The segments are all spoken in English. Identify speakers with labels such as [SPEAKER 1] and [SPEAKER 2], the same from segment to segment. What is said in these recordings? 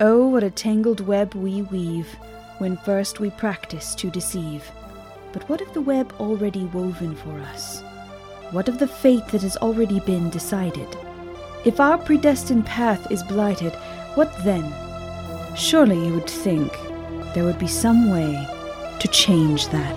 [SPEAKER 1] Oh, what a tangled web we weave when first we practice to deceive. But what of the web already woven for us? What of the fate that has already been decided? If our predestined path is blighted, what then? Surely you would think there would be some way to change that.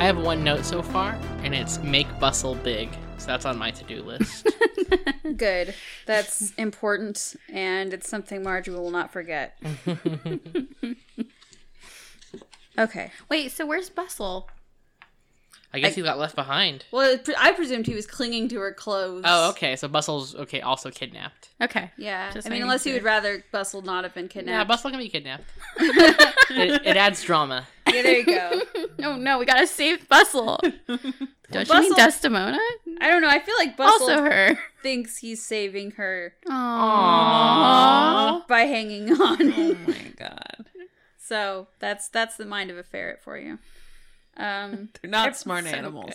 [SPEAKER 2] I have one note so far, and it's make bustle big. So that's on my to do list.
[SPEAKER 3] Good. That's important, and it's something Marjorie will not forget. okay.
[SPEAKER 4] Wait, so where's Bustle?
[SPEAKER 2] I guess he got left behind.
[SPEAKER 3] Well, it pre- I presumed he was clinging to her clothes.
[SPEAKER 2] Oh, okay. So Bustle's okay, also kidnapped.
[SPEAKER 4] Okay.
[SPEAKER 3] Yeah.
[SPEAKER 4] Just
[SPEAKER 3] I mean,
[SPEAKER 4] making
[SPEAKER 3] unless he
[SPEAKER 4] sure.
[SPEAKER 3] would rather Bustle not have been
[SPEAKER 2] Yeah,
[SPEAKER 3] kidnapped.
[SPEAKER 2] Bustle can be kidnapped. it, it adds drama.
[SPEAKER 3] Yeah, there you go.
[SPEAKER 4] No, no, we gotta save Bustle. Don't you mean
[SPEAKER 3] Bustle-
[SPEAKER 4] Desdemona?
[SPEAKER 3] I don't know. I feel like Bustle
[SPEAKER 4] Also her.
[SPEAKER 3] thinks he's saving her
[SPEAKER 4] Aww.
[SPEAKER 3] by hanging on.
[SPEAKER 4] Oh. my god.
[SPEAKER 3] so that's that's the mind of a ferret for you. Um,
[SPEAKER 5] They're not
[SPEAKER 3] They're
[SPEAKER 5] smart
[SPEAKER 3] so
[SPEAKER 5] animals.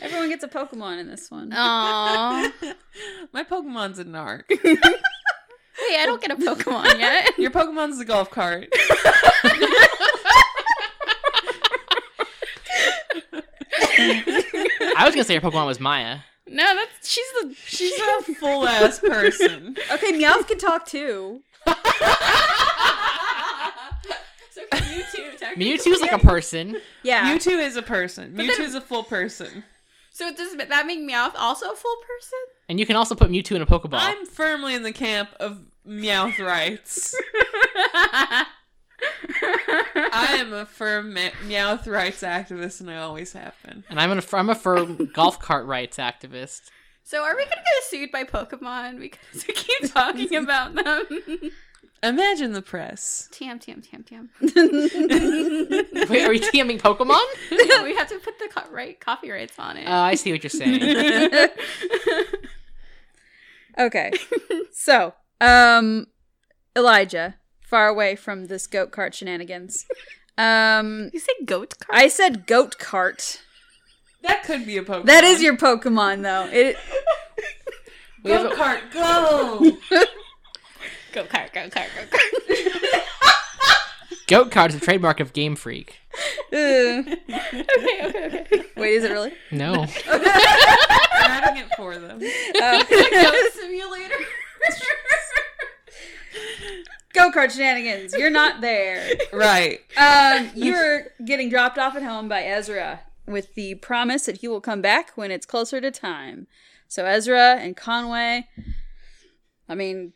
[SPEAKER 3] everyone gets a Pokemon in this one.
[SPEAKER 4] Oh. Aww.
[SPEAKER 5] My Pokemon's a narc.
[SPEAKER 4] Wait, I don't get a Pokemon yet.
[SPEAKER 5] Your Pokemon's a golf cart.
[SPEAKER 2] I was gonna say your Pokemon was Maya.
[SPEAKER 4] No, that's she's the
[SPEAKER 5] She's a full ass person.
[SPEAKER 3] Okay, Meowth can talk too.
[SPEAKER 4] So you two
[SPEAKER 2] Mewtwo's like a person.
[SPEAKER 3] Yeah.
[SPEAKER 5] Mewtwo is a person. Mewtwo is a full person.
[SPEAKER 4] So does that make Meowth also a full person?
[SPEAKER 2] And you can also put Mewtwo in a Pokeball.
[SPEAKER 5] I'm firmly in the camp of Meowth rights. I am a firm ma- Meowth rights activist, and I always have been.
[SPEAKER 2] and I'm, an, I'm a firm golf cart rights activist.
[SPEAKER 4] So are we gonna get sued by Pokemon because we keep talking about them?
[SPEAKER 5] Imagine the press.
[SPEAKER 4] Tam tam tam tam.
[SPEAKER 2] Wait, are we TMing Pokemon?
[SPEAKER 4] we have to put the co- right copyrights on it.
[SPEAKER 2] Uh, I see what you're saying.
[SPEAKER 3] Okay. so, um Elijah, far away from this goat cart shenanigans. Um
[SPEAKER 4] you say goat cart?
[SPEAKER 3] I said goat cart.
[SPEAKER 5] That could be a Pokemon.
[SPEAKER 3] That is your Pokemon though. It
[SPEAKER 2] We have
[SPEAKER 5] go
[SPEAKER 2] a-
[SPEAKER 5] kart. Go.
[SPEAKER 4] Goat cart, goat cart, goat cart.
[SPEAKER 2] Goat cart is a trademark of Game Freak.
[SPEAKER 3] uh,
[SPEAKER 4] okay, okay, okay.
[SPEAKER 3] Wait, is it really?
[SPEAKER 2] No.
[SPEAKER 5] I'm having it for them.
[SPEAKER 3] Uh.
[SPEAKER 4] Goat simulator.
[SPEAKER 3] Go kart shenanigans. You're not there.
[SPEAKER 5] Right.
[SPEAKER 3] Um you're getting dropped off at home by Ezra with the promise that he will come back when it's closer to time. So Ezra and Conway I mean,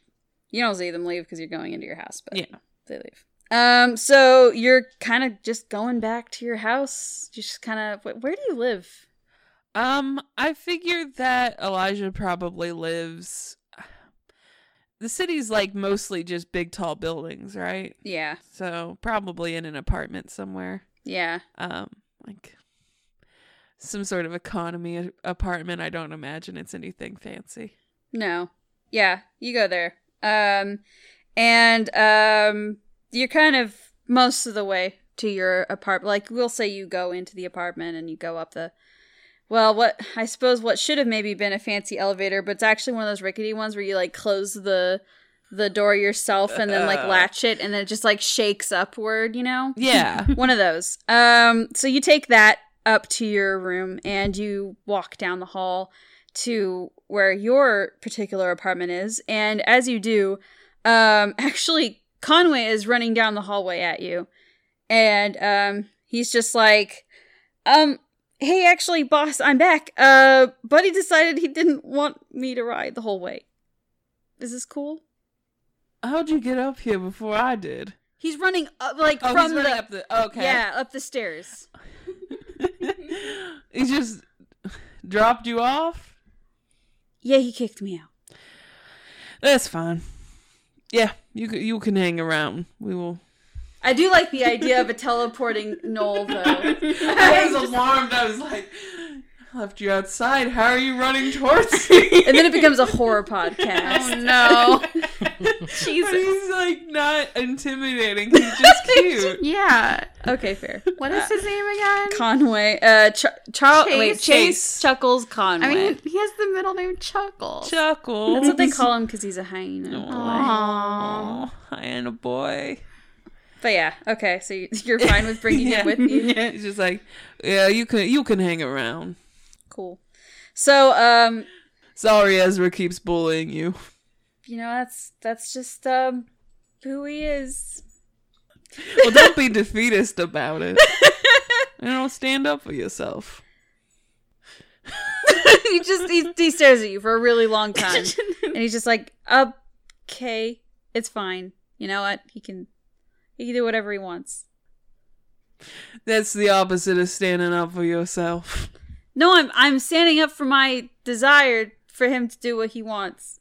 [SPEAKER 3] you don't see them leave because you're going into your house, but
[SPEAKER 5] Yeah.
[SPEAKER 3] they leave. Um, so you're kind of just going back to your house. You just kind of where do you live?
[SPEAKER 5] Um, I figured that Elijah probably lives. The city's like mostly just big, tall buildings, right?
[SPEAKER 3] Yeah,
[SPEAKER 5] So probably in an apartment somewhere.
[SPEAKER 3] yeah.
[SPEAKER 5] Um, like some sort of economy a- apartment. I don't imagine it's anything fancy.
[SPEAKER 3] No. Yeah, you go there. Um and um you're kind of most of the way to your apartment. Like we'll say you go into the apartment and you go up the well, what I suppose what should have maybe been a fancy elevator, but it's actually one of those rickety ones where you like close the the door yourself and then like
[SPEAKER 5] Uh.
[SPEAKER 3] latch it and then it just like shakes upward, you know?
[SPEAKER 5] Yeah.
[SPEAKER 3] one of those. Um, so you take that up to your room and you walk down the hall to where your particular apartment is. And as you do, um, actually, Conway is running down the hallway at you, and um, he's just like, um, hey, actually, boss, I'm back. Uh, Buddy decided he didn't want me to ride the whole way. Is this cool?
[SPEAKER 5] How'd you get up here before I did?
[SPEAKER 3] He's running up, like
[SPEAKER 5] Oh,
[SPEAKER 3] from
[SPEAKER 5] he's running
[SPEAKER 3] the
[SPEAKER 5] up the. Okay.
[SPEAKER 3] yeah up the stairs.
[SPEAKER 5] he just dropped you off.
[SPEAKER 3] Yeah, he kicked me out.
[SPEAKER 5] That's fine. Yeah, you c- you can hang around. We will.
[SPEAKER 3] I do like the idea of a teleporting Knoll though.
[SPEAKER 5] I was alarmed. I was like, I left you outside. How are you running towards me?
[SPEAKER 3] and then it becomes a horror podcast. Oh,
[SPEAKER 4] no. Jesus.
[SPEAKER 5] He's like not intimidating. He's just cute.
[SPEAKER 4] Yeah.
[SPEAKER 3] Okay, fair.
[SPEAKER 4] What is his name again?
[SPEAKER 3] Conway, uh, Ch- Charles,
[SPEAKER 4] Chase.
[SPEAKER 3] wait, Chase,
[SPEAKER 5] Chase.
[SPEAKER 3] Chuckles Conway.
[SPEAKER 4] I mean, he has the middle name Chuckle.
[SPEAKER 5] Chuckle.
[SPEAKER 3] that's what they call him because he's a hyena.
[SPEAKER 5] Aw, I am a boy.
[SPEAKER 3] But yeah, okay, so you- you're fine with bringing him with you.
[SPEAKER 5] Yeah, he's just like, yeah, you can you can hang around.
[SPEAKER 3] Cool. So, um,
[SPEAKER 5] Sorry, Ezra keeps bullying you.
[SPEAKER 3] you know, that's that's just um who he is.
[SPEAKER 5] Well, don't be defeatist about it. You know, stand up for yourself.
[SPEAKER 3] he just he, he stares at you for a really long time, and he's just like, okay, it's fine. You know what? He can he can do whatever he wants.
[SPEAKER 5] That's the opposite of standing up for yourself.
[SPEAKER 3] No, I'm I'm standing up for my desire for him to do what he wants.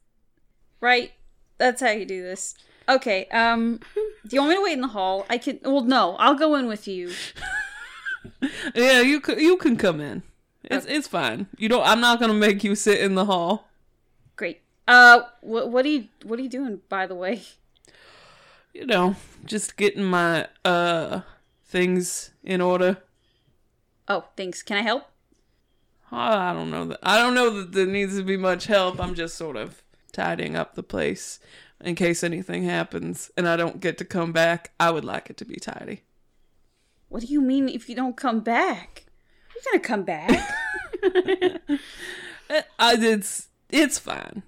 [SPEAKER 3] Right? That's how you do this. Okay. Um do you want me to wait in the hall? I can Well, no. I'll go in with you.
[SPEAKER 5] Yeah, you c- you can come in. It's it's fine. You don't. I'm not gonna make you sit in the hall.
[SPEAKER 3] Great. Uh what what are you what are you doing by the way?
[SPEAKER 5] You know, just getting my uh things in order.
[SPEAKER 3] Oh, thanks. Can I help?
[SPEAKER 5] Oh, I I don't know that. I don't know that there needs to be much help. I'm just sort of tidying up the place in case anything happens and I don't get to come back. I would like it to be tidy.
[SPEAKER 3] What do you mean if you don't come back? You're going to come back.
[SPEAKER 5] Eh, I, it's it's fine.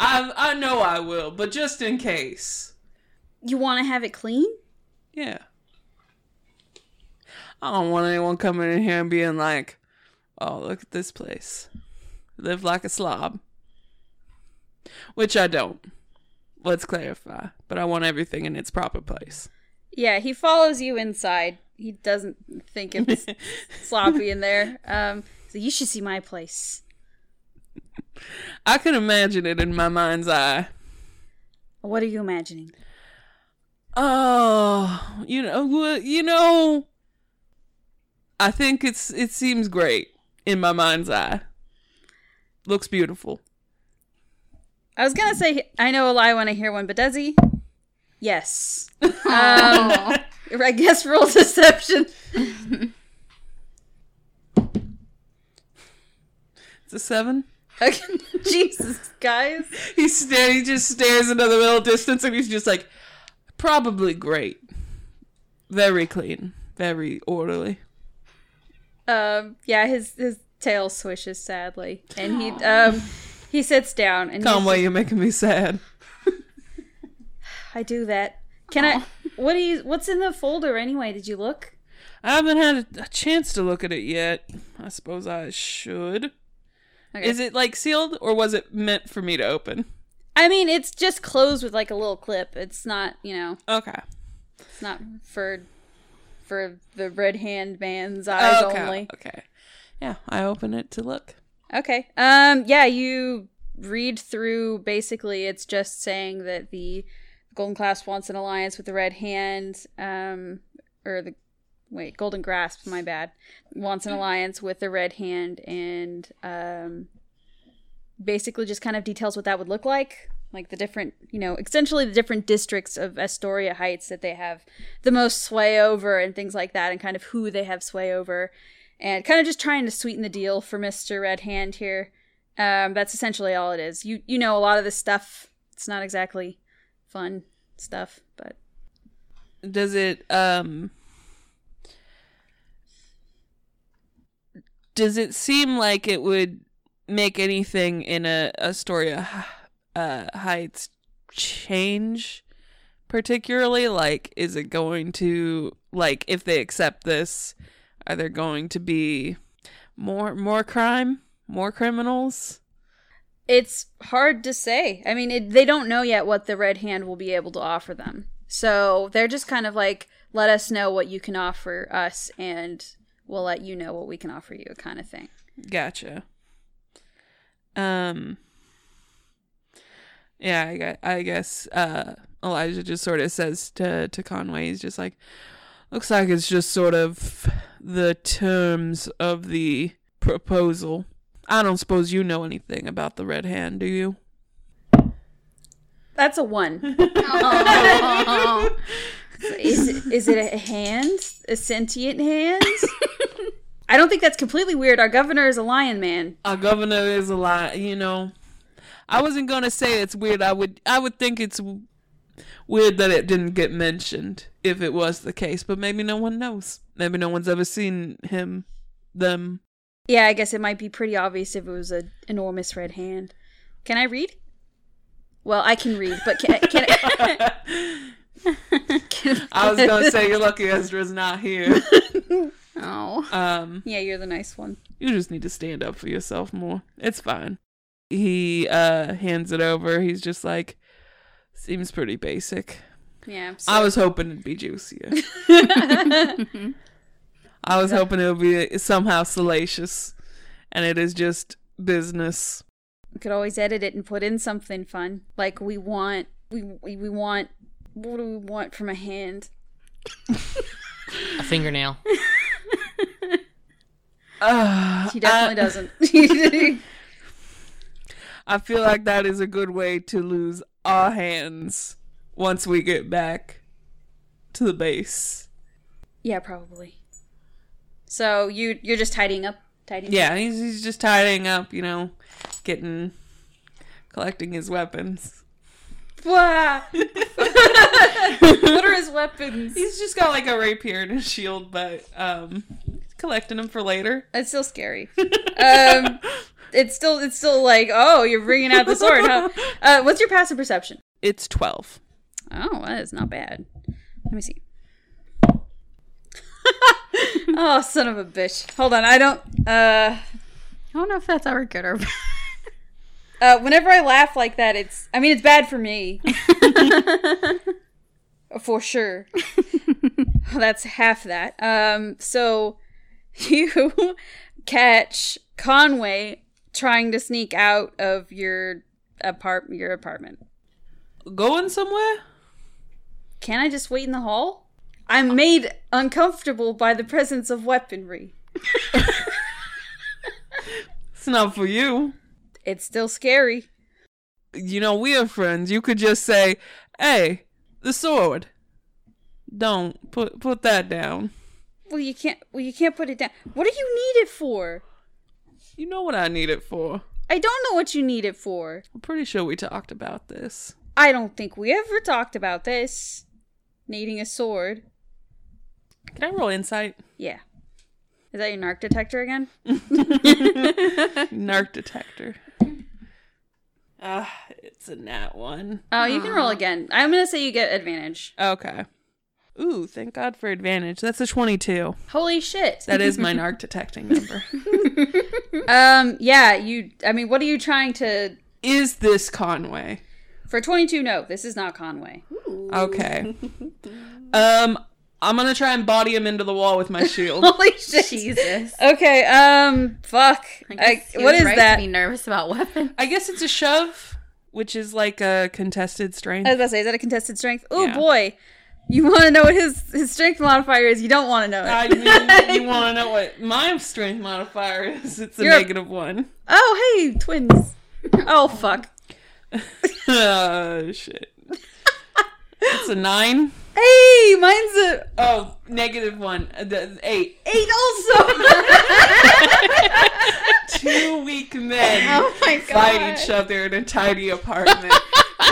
[SPEAKER 5] I I know I will, but just in case.
[SPEAKER 3] you want to have it clean?
[SPEAKER 5] Yeah. I don't want anyone coming in here and being like, "Oh, look at this place. Live like a slob." Which I don't. Let's clarify. But I want everything in its proper place.
[SPEAKER 3] Yeah, he follows you inside. He doesn't think it's sloppy in there. Um so you should see my place.
[SPEAKER 5] I can imagine it in my mind's eye.
[SPEAKER 3] What are you imagining?
[SPEAKER 5] Oh, you know, well, you know. I think it's it seems great in my mind's eye. Looks beautiful.
[SPEAKER 3] I was gonna say I know a lie when I hear one, but does he? Yes. Um, I guess roll deception.
[SPEAKER 5] It's a seven.
[SPEAKER 3] Okay. Jesus, guys.
[SPEAKER 5] He stares. He just stares into the middle distance, and he's just like, probably great, very clean, very orderly.
[SPEAKER 3] Um, yeah, his his tail swishes sadly, and he um he sits down and he's
[SPEAKER 5] Conway, you're making me sad.
[SPEAKER 3] just, I do that. Can I? What do you? What's in the folder anyway? Did you look?
[SPEAKER 5] I haven't had a, a chance to look at it yet. I suppose I should.
[SPEAKER 3] Okay.
[SPEAKER 5] Is it like sealed, or was it meant for me to open?
[SPEAKER 3] I mean, it's just closed with like a little clip. It's not, you know,
[SPEAKER 5] Okay.
[SPEAKER 3] it's not for for the red hand man's eyes
[SPEAKER 5] okay.
[SPEAKER 3] only.
[SPEAKER 5] Okay. Yeah, I open it to look.
[SPEAKER 3] Okay. Um yeah, you read through basically it's just saying that the Golden Clasp wants an alliance with the Red Hand um or the wait, Golden Grasp, my bad. Wants an alliance with the Red Hand and um basically just kind of details what that would look like. Like the different, you know, essentially the different districts of Astoria Heights that they have the most sway over and things like that, and kind of who they have sway over and kind of just trying to sweeten the deal for Mr. Red Hand here. Um, that's essentially all it is. You you know a lot of this stuff. It's not exactly fun stuff, but
[SPEAKER 5] Does it um Does it seem like it would make anything in a Astoria uh Heights change particularly like is it going to like if they accept this are there going to be more more crime more criminals
[SPEAKER 3] It's hard to say. I mean, it, they don't know yet what the Red Hand will be able to offer them. So they're just kind of like, let us know what you can offer us, and we'll let you know what we can offer you, kind of thing.
[SPEAKER 5] gotcha um yeah i guess, I guess uh elijah just sort of says to to conway he's just like looks like it's just sort of the terms of the proposal i don't suppose you know anything about the red hand do you
[SPEAKER 3] That's a one. is, it- is it a hand? A sentient hand? I don't think that's completely weird. Our governor is a lion man.
[SPEAKER 5] our governor is a lot you know i wasn't gonna say it's weird i would i would think it's w- weird that it didn't get mentioned if it was the case but maybe no one knows maybe no one's ever seen him them
[SPEAKER 3] Yeah, I guess it might be pretty obvious if it was an enormous red hand. Can I read? Well, I can read, but can, can, can
[SPEAKER 5] i was gonna say you're lucky ezra's not here
[SPEAKER 4] Oh.
[SPEAKER 5] um
[SPEAKER 3] Yeah, you're the nice one.
[SPEAKER 5] you just need to stand up for yourself more it's fine he uh hands it over he's just like seems pretty basic
[SPEAKER 3] Yeah.
[SPEAKER 5] I was hoping it'd be juicier. I was hoping it would be somehow salacious, and it is just business.
[SPEAKER 3] We could always edit it and put in something fun. Like we want we we, we want what do we want from a hand?
[SPEAKER 2] A fingernail.
[SPEAKER 5] Uh,
[SPEAKER 3] He definitely doesn't.
[SPEAKER 5] I feel like that is a good way to lose our hands once we get back to the base.
[SPEAKER 3] yeah, probably. So you you're just tidying up, tidying up.
[SPEAKER 5] Yeah, he's, he's just tidying up, you know, getting, collecting his weapons.
[SPEAKER 3] Wah! what are his weapons?
[SPEAKER 5] He's just got like a rapier and a shield, but um, collecting them for later.
[SPEAKER 3] It's still scary. Um, it's still it's still like oh you're bringing out the sword. Huh? Uh, what's your passive perception?
[SPEAKER 5] It's twelve.
[SPEAKER 3] Oh, that is not bad. Let me see. oh, son of a bitch. Hold on, I don't uh
[SPEAKER 4] I don't know if that's ever good or bad.
[SPEAKER 3] uh whenever I laugh like that it's I mean it's bad for me. for sure. That's half that. Um so you catch Conway trying to sneak out of your apart your apartment.
[SPEAKER 5] going somewhere?
[SPEAKER 3] Can I just wait in the hall? I'm made uncomfortable by the presence of weaponry.
[SPEAKER 5] It's not for you.
[SPEAKER 3] It's still scary.
[SPEAKER 5] You know, we are friends. You could just say, "Hey, the sword. Don't put put that down."
[SPEAKER 3] Well, you can't. Well, you can't put it down. What do you need it for?
[SPEAKER 5] You know what I need it for.
[SPEAKER 3] I don't know what you need it for.
[SPEAKER 5] I'm pretty sure we talked about this.
[SPEAKER 3] I don't think we ever talked about this. Needing a sword.
[SPEAKER 5] Can I roll insight?
[SPEAKER 3] Yeah. Is that your narc detector again?
[SPEAKER 5] Narc detector. Ah, it's a nat one.
[SPEAKER 3] Oh, you can roll again. I'm gonna say you get advantage.
[SPEAKER 5] Okay. Ooh, thank God for advantage. That's a 22.
[SPEAKER 3] Holy shit.
[SPEAKER 5] That is my narc detecting number.
[SPEAKER 3] Um. Yeah. You. I mean, what are you trying to?
[SPEAKER 5] Is this Conway?
[SPEAKER 3] For 22, no, this is not Conway.
[SPEAKER 5] Okay. Um, I'm gonna try and body him into the wall with my shield.
[SPEAKER 3] Holy shit.
[SPEAKER 4] Jesus.
[SPEAKER 3] Okay, um, fuck. I,
[SPEAKER 4] He
[SPEAKER 3] what
[SPEAKER 4] was
[SPEAKER 3] is
[SPEAKER 4] right
[SPEAKER 3] that?
[SPEAKER 4] To be nervous about weapons.
[SPEAKER 5] I guess it's a shove, which is like a contested
[SPEAKER 3] I was
[SPEAKER 5] strength.
[SPEAKER 3] about to say, is that a contested strength? Oh
[SPEAKER 5] Yeah.
[SPEAKER 3] boy, you want to know what his his strength modifier is? You don't want to know it.
[SPEAKER 4] Uh,
[SPEAKER 5] I mean, you want to know what my strength modifier is? It's a
[SPEAKER 3] You're-
[SPEAKER 5] negative one.
[SPEAKER 3] oh hey, twins. oh fuck.
[SPEAKER 5] oh shit! It's a nine.
[SPEAKER 3] Hey, mine's a
[SPEAKER 5] Oh, negative one. Uh, the- Eight.
[SPEAKER 3] eight also.
[SPEAKER 5] Two weak men
[SPEAKER 3] my
[SPEAKER 5] fight each other in a tiny apartment.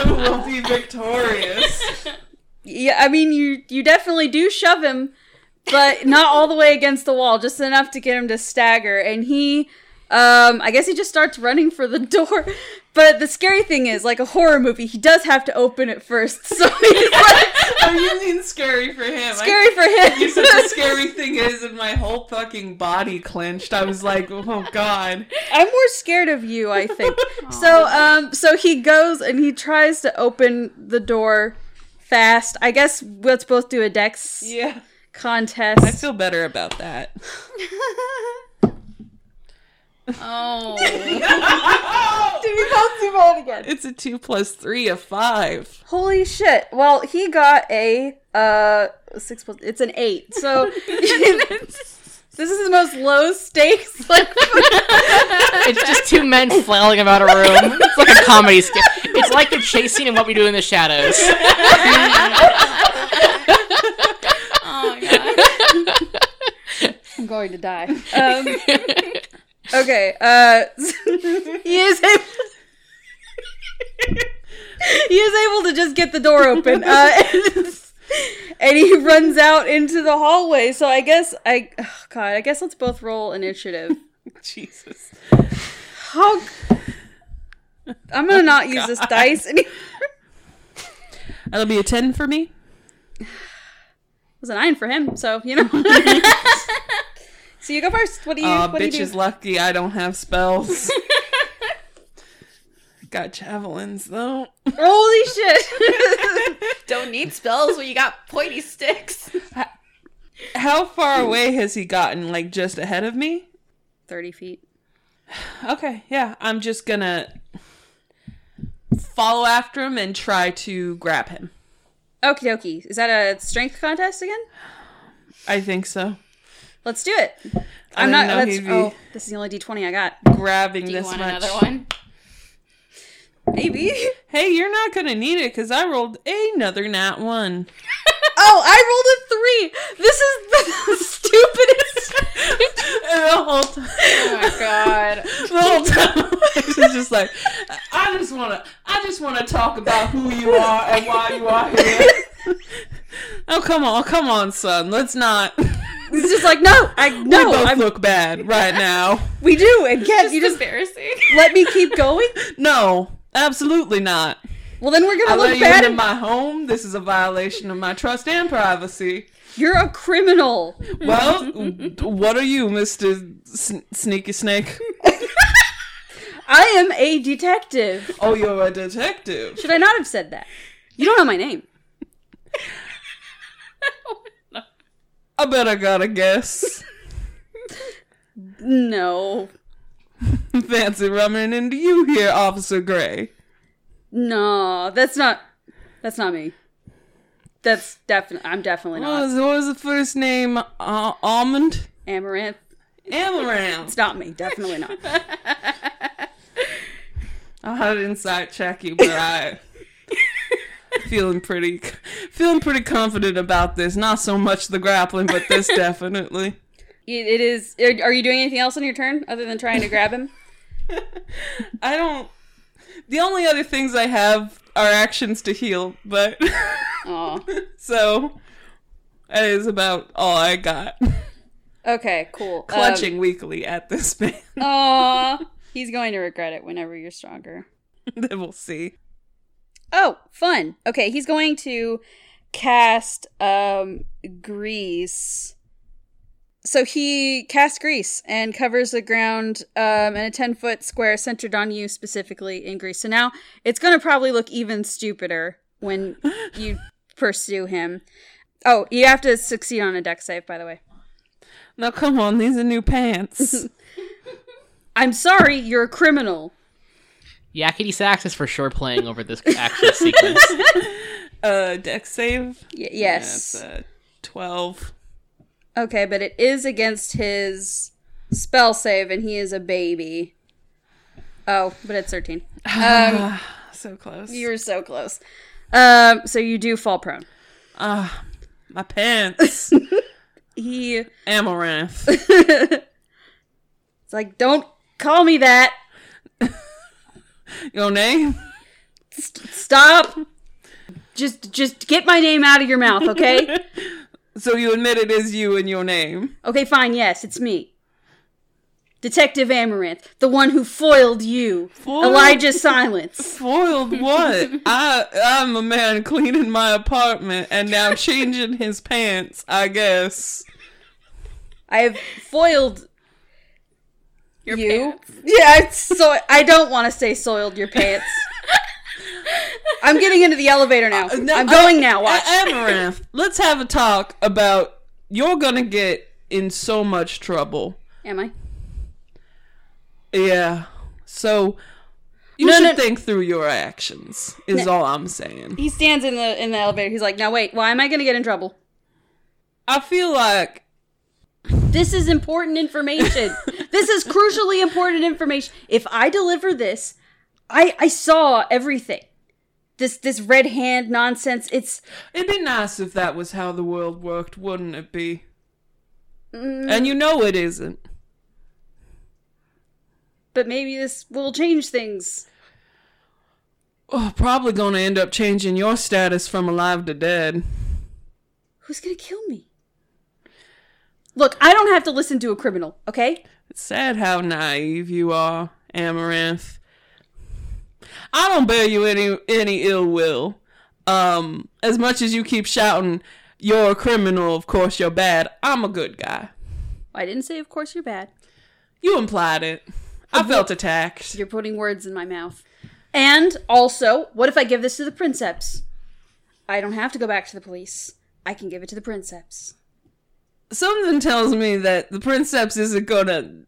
[SPEAKER 5] Who will be victorious?
[SPEAKER 3] yeah, I mean you you definitely do shove him, but not all the way against the wall, just enough to get him to stagger, and he. Um, I guess he just starts running for the door, But the scary thing is, like a horror movie, he does have to open it first. So he's like
[SPEAKER 5] I'm using Oh, scary for him.
[SPEAKER 3] scary for
[SPEAKER 5] You said the
[SPEAKER 3] him.
[SPEAKER 5] scary thing is, and my whole fucking body clenched. I was like, oh god.
[SPEAKER 3] I'm more scared of you, I think. so um so he goes and he tries to open the door fast. I guess let's both do a dex
[SPEAKER 5] Yeah.
[SPEAKER 3] contest.
[SPEAKER 5] I feel better about that.
[SPEAKER 4] Oh.
[SPEAKER 5] It's a two plus three, a five.
[SPEAKER 3] Holy shit. Well, he got a uh 6 plus it's an 8. So This is the most low stakes like
[SPEAKER 2] It's just two men flailing about a room. It's like a comedy skit. It's like the chase scene in What We Do in the Shadows.
[SPEAKER 4] Oh my god.
[SPEAKER 3] I'm going to die. Um, okay. Uh, he is able. he is able to just get the door open, uh, and, and he runs out into the hallway. So I guess I, oh God, I guess let's both roll initiative.
[SPEAKER 5] Jesus.
[SPEAKER 3] How? I'm gonna not use this dice. Any-
[SPEAKER 5] That'll be a ten for me.
[SPEAKER 3] it was a nine for him, so you know. so you go first. What do you?
[SPEAKER 5] Aw,
[SPEAKER 3] what
[SPEAKER 5] bitch
[SPEAKER 3] do you
[SPEAKER 5] is
[SPEAKER 3] do?
[SPEAKER 5] lucky I don't have spells. Got javelins though.
[SPEAKER 3] Holy shit!
[SPEAKER 4] Don't need spells when you got pointy sticks.
[SPEAKER 5] How far away has he gotten? Like just ahead of me?
[SPEAKER 3] Thirty feet.
[SPEAKER 5] Okay, yeah. I'm just gonna follow after him and try to grab him.
[SPEAKER 3] Okie dokie. Is that a strength contest again?
[SPEAKER 5] I think so.
[SPEAKER 3] Let's do it.
[SPEAKER 5] I
[SPEAKER 3] I'm
[SPEAKER 5] didn't
[SPEAKER 3] not.
[SPEAKER 5] know
[SPEAKER 3] Let's,
[SPEAKER 5] he'd be-
[SPEAKER 3] oh, this is the only D20 I got.
[SPEAKER 5] Grabbing
[SPEAKER 4] Do you
[SPEAKER 5] this
[SPEAKER 4] want
[SPEAKER 5] much.
[SPEAKER 4] another one?
[SPEAKER 3] Maybe.
[SPEAKER 5] Hey, you're not gonna need it because I rolled another nat one.
[SPEAKER 3] Oh, I rolled a three. This is the stupidest.
[SPEAKER 5] And the whole time,
[SPEAKER 4] Oh my god.
[SPEAKER 5] the whole time, it's just like, I just wanna, I just wanna talk about who you are and why you are here. oh come on, come on, son. Let's not.
[SPEAKER 3] It's just like no, I
[SPEAKER 5] we
[SPEAKER 3] no,
[SPEAKER 5] both
[SPEAKER 3] I'm,
[SPEAKER 5] look bad right now.
[SPEAKER 3] we do. And yes,
[SPEAKER 4] It's
[SPEAKER 3] you just
[SPEAKER 4] embarrassing.
[SPEAKER 3] let me keep going.
[SPEAKER 5] No, absolutely not.
[SPEAKER 3] Well, then we're
[SPEAKER 5] I
[SPEAKER 3] gonna
[SPEAKER 5] let
[SPEAKER 3] look
[SPEAKER 5] you
[SPEAKER 3] bad.
[SPEAKER 5] into
[SPEAKER 3] and-
[SPEAKER 5] my home. This is a violation of my trust and privacy.
[SPEAKER 3] You're a criminal.
[SPEAKER 5] Well, what are you, Mister Sn- Sneaky Snake?
[SPEAKER 3] I am a detective.
[SPEAKER 5] Oh, you're a detective.
[SPEAKER 3] Should I not have said that? You don't know my name.
[SPEAKER 5] I bet I got a guess.
[SPEAKER 3] No,
[SPEAKER 5] Fancy running into you here, Officer Gray.
[SPEAKER 3] no, that's not. That's not me. That's definitely. I'm definitely
[SPEAKER 5] What
[SPEAKER 3] not
[SPEAKER 5] was, what was the first name? Uh, Almond?
[SPEAKER 3] Amaranth.
[SPEAKER 5] Amaranth.
[SPEAKER 3] It's not me. Definitely not.
[SPEAKER 5] I had an inside check you, but I. feeling pretty. Feeling pretty confident about this. Not so much the grappling, but this definitely.
[SPEAKER 3] It, it is. Are are you doing anything else on your turn other than trying to grab him?
[SPEAKER 5] I don't. The only other things I have are actions to heal, but.
[SPEAKER 3] Oh.
[SPEAKER 5] so. That is about all I got.
[SPEAKER 3] Okay. Cool. Um,
[SPEAKER 5] Clutching weakly at this man.
[SPEAKER 3] Aw. He's going to regret it whenever you're stronger.
[SPEAKER 5] then we'll see.
[SPEAKER 3] Oh, fun. Okay, he's going to cast um grease. So he casts grease and covers the ground um, in a ten foot square centered on you specifically in grease. So now it's going to probably look even stupider when you pursue him. Oh, you have to succeed on a deck save, by the way.
[SPEAKER 5] Now come on, these are new pants.
[SPEAKER 3] I'm sorry, you're a criminal.
[SPEAKER 2] Yakety Sax is for sure playing over this action sequence.
[SPEAKER 5] uh, deck save.
[SPEAKER 3] Y- yes.
[SPEAKER 5] That's uh, twelve.
[SPEAKER 3] Okay, but it is against his spell save, and he is a baby. Oh, but it's 13.
[SPEAKER 5] So close.
[SPEAKER 3] You were so close. Um, so you do fall prone. Ah.
[SPEAKER 5] My pants.
[SPEAKER 3] He is
[SPEAKER 5] Amaranth.
[SPEAKER 3] like, don't call me that.
[SPEAKER 5] Your name?
[SPEAKER 3] Stop. Just, just get my name out of your mouth, okay?
[SPEAKER 5] So you admit it is you and your name.
[SPEAKER 3] okay, fine. Yes, it's me. Detective Amaranth, the one who foiled you,
[SPEAKER 5] Foiled?
[SPEAKER 3] Elijah Silence.
[SPEAKER 5] Foiled what? I I'm a man cleaning my apartment and now changing his pants, I guess.
[SPEAKER 3] I have foiled
[SPEAKER 4] Your
[SPEAKER 3] you.
[SPEAKER 4] pants.
[SPEAKER 3] Yeah, it's so I don't want to say soiled your pants. I'm getting into the elevator now.
[SPEAKER 5] Uh, No,
[SPEAKER 3] I'm
[SPEAKER 5] I-
[SPEAKER 3] going now. Watch.
[SPEAKER 5] A- uh, Amaranth, let's have a talk about you're gonna get in so much trouble.
[SPEAKER 3] Am I?
[SPEAKER 5] Yeah. So you
[SPEAKER 3] No,
[SPEAKER 5] should
[SPEAKER 3] no-
[SPEAKER 5] think through your actions. Is all I'm saying.
[SPEAKER 3] He stands in the in the elevator. He's like, "Now wait, why am I going to get in trouble?
[SPEAKER 5] I feel like
[SPEAKER 3] This is important information. this is crucially important information. If I deliver this, I I saw everything. This this red hand nonsense. It's
[SPEAKER 5] it'd be nice if that was how the world worked, wouldn't it be?
[SPEAKER 3] Mm.
[SPEAKER 5] And you know it isn't.
[SPEAKER 3] but maybe this will change things.
[SPEAKER 5] Oh, probably gonna end up changing your status from alive to dead.
[SPEAKER 3] Who's going to kill me? Look, I don't have to listen to a criminal, okay?
[SPEAKER 5] It's sad how naive you are, Amaranth. I don't bear you any any ill will. Um, as much as you keep shouting, "You're a criminal," of course you're bad. I'm a good guy.
[SPEAKER 3] I didn't say of course you're bad.
[SPEAKER 5] You implied it. I felt attacked.
[SPEAKER 3] You're putting words in my mouth. And also, what if I give this to the princeps? I don't have to go back to the police. I can give it to the princeps.
[SPEAKER 5] Something tells me that the princeps isn't gonna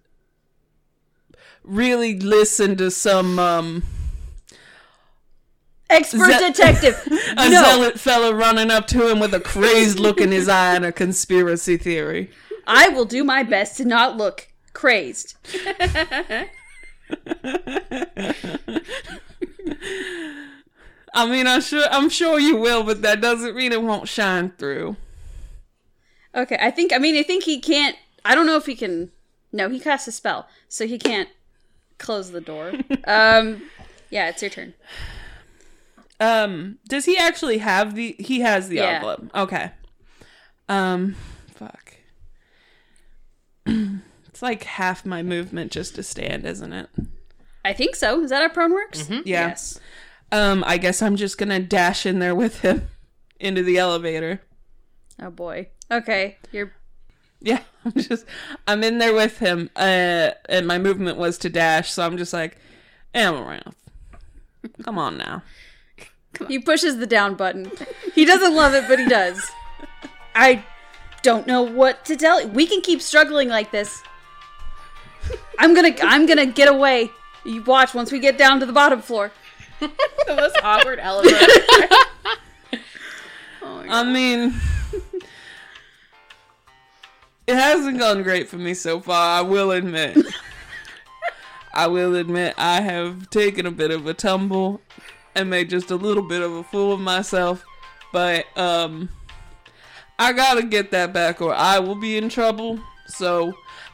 [SPEAKER 5] really listen to some um
[SPEAKER 3] Expert
[SPEAKER 5] Ze-
[SPEAKER 3] detective.
[SPEAKER 5] a
[SPEAKER 3] no,
[SPEAKER 5] zealot fella running up to him with a crazed look in his eye and a conspiracy theory.
[SPEAKER 3] I will do my best to not look crazed.
[SPEAKER 5] I mean, I'm sure I'm sure you will, but that doesn't mean it won't shine through.
[SPEAKER 3] Okay, I think I mean I think he can't I don't know if he can No, he casts a spell, so he can't close the door. um yeah, it's your turn.
[SPEAKER 5] Um, does he actually have the? He has the
[SPEAKER 3] Yeah.
[SPEAKER 5] envelope. Okay. Um, fuck. it's like half my movement just to stand, isn't it?
[SPEAKER 3] I think so. Is that how prone works?
[SPEAKER 5] Yeah.
[SPEAKER 3] Yes.
[SPEAKER 5] Um, I guess I'm just gonna dash in there with him into the elevator.
[SPEAKER 3] Oh boy. Okay. You're
[SPEAKER 5] Yeah, I'm just I'm in there with him. Uh and my movement was to dash, so I'm just like, "Eh, Amaranth. Come on now.
[SPEAKER 3] He pushes the down button. He doesn't love it, but he does. I don't know what to tell you. We can keep struggling like this. I'm gonna I'm gonna get away. You watch once we get down to the bottom floor.
[SPEAKER 4] The most awkward elevator. oh,
[SPEAKER 5] I mean It hasn't gone great for me so far, I will admit. I will admit I have taken a bit of a tumble and made just a little bit of a fool of myself. But um I gotta get that back or I will be in trouble. So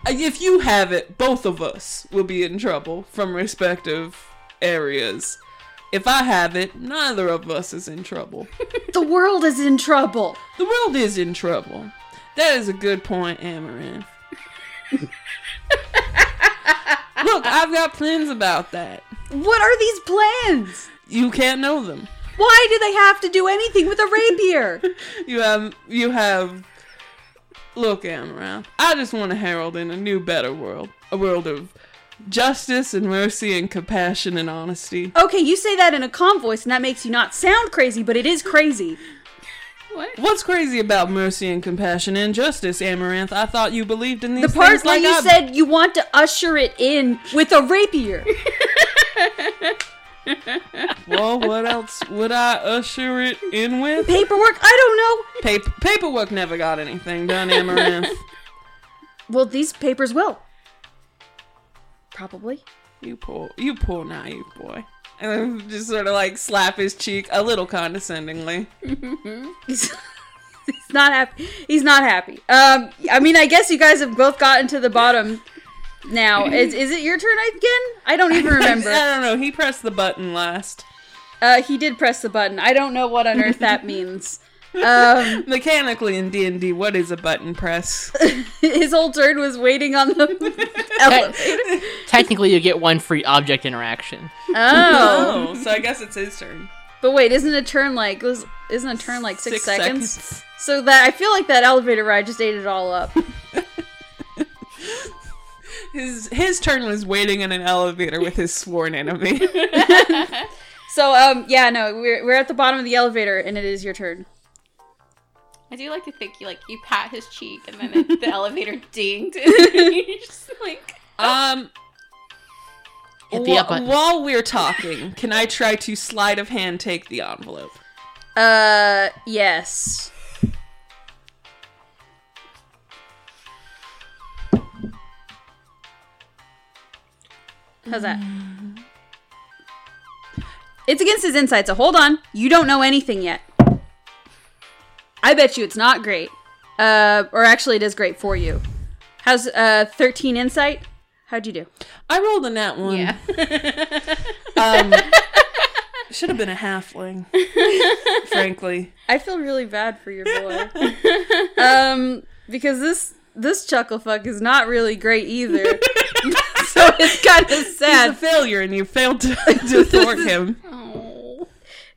[SPEAKER 5] uh, if you have it, both of us will be in trouble from respective areas. If I have it, neither of us is in trouble.
[SPEAKER 3] The world is in trouble.
[SPEAKER 5] The world is in trouble. That is a good point, Amaranth. Look, I've got plans about that.
[SPEAKER 3] What are these plans?
[SPEAKER 5] You can't know them.
[SPEAKER 3] Why do they have to do anything with a rapier?
[SPEAKER 5] You have you have Look, Amaranth. I just want to herald in a new better world. A world of justice and mercy and compassion and honesty.
[SPEAKER 3] Okay, you say that in a calm voice, and that makes you not sound crazy, but it is crazy.
[SPEAKER 4] what?
[SPEAKER 5] What's crazy about mercy and compassion and justice, Amaranth? I thought you believed in these
[SPEAKER 3] The part
[SPEAKER 5] things
[SPEAKER 3] where
[SPEAKER 5] like
[SPEAKER 3] you
[SPEAKER 5] I
[SPEAKER 3] said you want to usher it in with a rapier.
[SPEAKER 5] Well, what else would I usher it in with?
[SPEAKER 3] Paperwork? I don't
[SPEAKER 5] Paper- paperwork never got anything done, Amaranth.
[SPEAKER 3] know. Well, these papers will. Probably.
[SPEAKER 5] you poor, you poor naive boy. And then just sort of like slap his cheek a little condescendingly.
[SPEAKER 3] He's, he's not happy. He's not happy. Um, I mean, I guess you guys have both gotten to the bottom. Now, is, is it your turn again? I don't even remember.
[SPEAKER 5] I don't know. He pressed the button last.
[SPEAKER 3] Uh, he did press the button. I don't know what on earth that means. Um,
[SPEAKER 5] Mechanically in D and D, what is a button press?
[SPEAKER 3] his whole turn was waiting on the
[SPEAKER 2] Te- technically, you get one free object interaction.
[SPEAKER 3] Oh.
[SPEAKER 5] Oh, so I guess it's his turn.
[SPEAKER 3] But wait, isn't a turn like was isn't a turn like six, seconds? So that I feel like that elevator ride just ate it all up.
[SPEAKER 5] His his turn was waiting in an elevator with his sworn enemy.
[SPEAKER 3] so um yeah, no, we're we're at the bottom of the elevator and it is your turn.
[SPEAKER 4] I do like to think you like you pat his cheek and then it, the elevator dinged. And you're just like
[SPEAKER 5] um.
[SPEAKER 2] Hit the
[SPEAKER 5] wh-
[SPEAKER 2] up button.
[SPEAKER 5] while we're talking, can I try to sleight of hand take the envelope?
[SPEAKER 3] Uh yes. How's that? Mm. It's against his insight, so hold on. You don't know anything yet. I bet you it's not great. Uh, or actually, it is great for you. How's uh, 13 insight? How'd you do?
[SPEAKER 5] I rolled a nat one.
[SPEAKER 4] yeah.
[SPEAKER 5] Um, should have been a halfling, frankly.
[SPEAKER 3] I feel really bad for your boy. um, because this this chuckle fuck is not really great either. so it's kind of
[SPEAKER 5] He's a
[SPEAKER 3] sad.
[SPEAKER 5] failure, and you failed to, to thwart him.
[SPEAKER 4] Oh.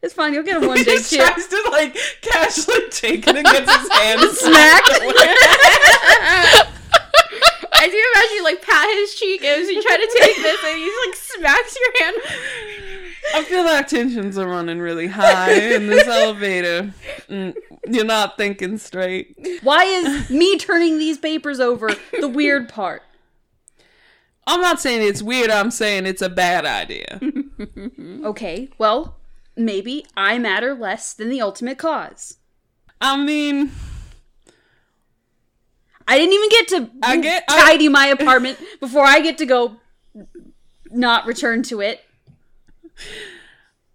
[SPEAKER 3] It's fine. You'll get a one
[SPEAKER 5] He
[SPEAKER 3] day
[SPEAKER 5] just
[SPEAKER 3] chip.
[SPEAKER 5] tries to like casually take it against his hand. and
[SPEAKER 3] Smack.
[SPEAKER 4] I do imagine you like pat his cheek as you try to take this and he like smacks your hand.
[SPEAKER 5] I feel like tensions are running really high in this elevator. Mm, You're not thinking straight.
[SPEAKER 3] Why is me turning these papers over the weird part?
[SPEAKER 5] I'm not saying it's weird, I'm saying it's a bad idea.
[SPEAKER 3] Okay, well, maybe I matter less than the ultimate cause.
[SPEAKER 5] I mean,
[SPEAKER 3] I didn't even get to
[SPEAKER 5] I get- I-
[SPEAKER 3] tidy my apartment before I get to go not return to it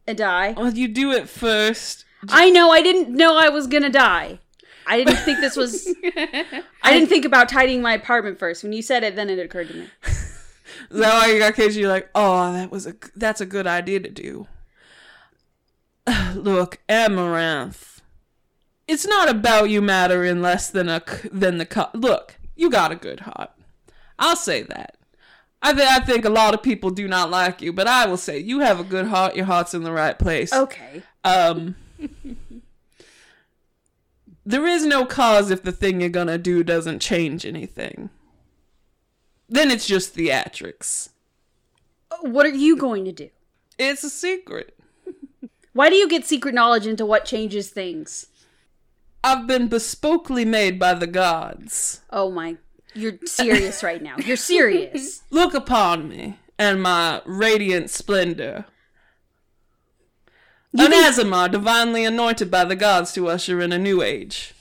[SPEAKER 3] and die.
[SPEAKER 5] well, you do it first.
[SPEAKER 3] I know I didn't know I was gonna die. I didn't think this was. I didn't think about tidying my apartment first. When you said it, then it occurred to me.
[SPEAKER 5] Is that why you got kids? You're like, oh, that was a that's a good idea to do. Look, Amaranth, it's not about you mattering less than a c- than the co- look. You got a good heart. I'll say that. I th- I think a lot of people do not like you, but I will say you have a good heart. Your heart's in the right place.
[SPEAKER 3] Okay.
[SPEAKER 5] Um, there is no cause if the thing you're gonna do doesn't change anything. Then it's just theatrics.
[SPEAKER 3] Uh, What are you going to do?
[SPEAKER 5] It's a secret.
[SPEAKER 3] Why do you get secret knowledge into what changes things?
[SPEAKER 5] I've been bespokely made by the gods.
[SPEAKER 3] Oh my. You're serious right now. You're serious.
[SPEAKER 5] Look upon me and my radiant splendor. An Azimar, divinely anointed by the gods to usher in a new age.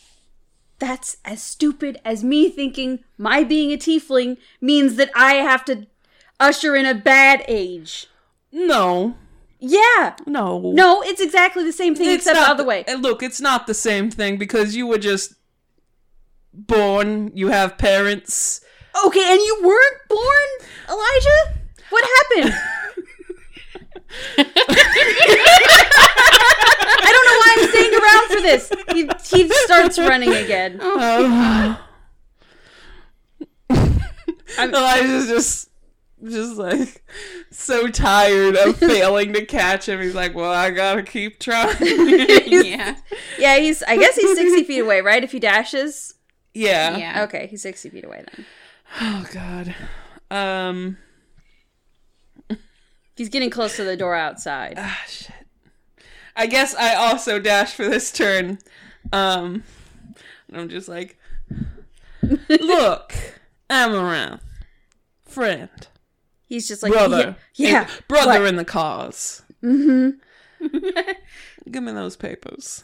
[SPEAKER 3] That's as stupid as me thinking my being a tiefling means that I have to usher in a bad age.
[SPEAKER 5] No,
[SPEAKER 3] Yeah.
[SPEAKER 5] no,
[SPEAKER 3] No, it's exactly the same thing except the other way.
[SPEAKER 5] and Look, it's not the same thing because you were just born. You have parents.
[SPEAKER 3] Okay, and you weren't born, Elijah? What happened? I don't know why I'm staying around for this. He, he starts running again.
[SPEAKER 5] Um, Elijah's just just like so tired of failing to catch him. He's like, "Well, I gotta keep trying."
[SPEAKER 4] Yeah.
[SPEAKER 3] Yeah, he's. I guess he's sixty feet away, right? If he dashes.
[SPEAKER 5] yeah.
[SPEAKER 4] Yeah.
[SPEAKER 3] Okay, he's sixty feet away then.
[SPEAKER 5] Oh God. Um.
[SPEAKER 3] He's getting close to the door outside.
[SPEAKER 5] Ah, shit. I guess I also dash for this turn. Um, and I'm just like, look, Amaranth, friend,
[SPEAKER 3] He's just like,
[SPEAKER 5] brother,
[SPEAKER 3] yeah, yeah,
[SPEAKER 5] in- brother
[SPEAKER 3] what?
[SPEAKER 5] in the cause. Mm-hmm. give me those papers.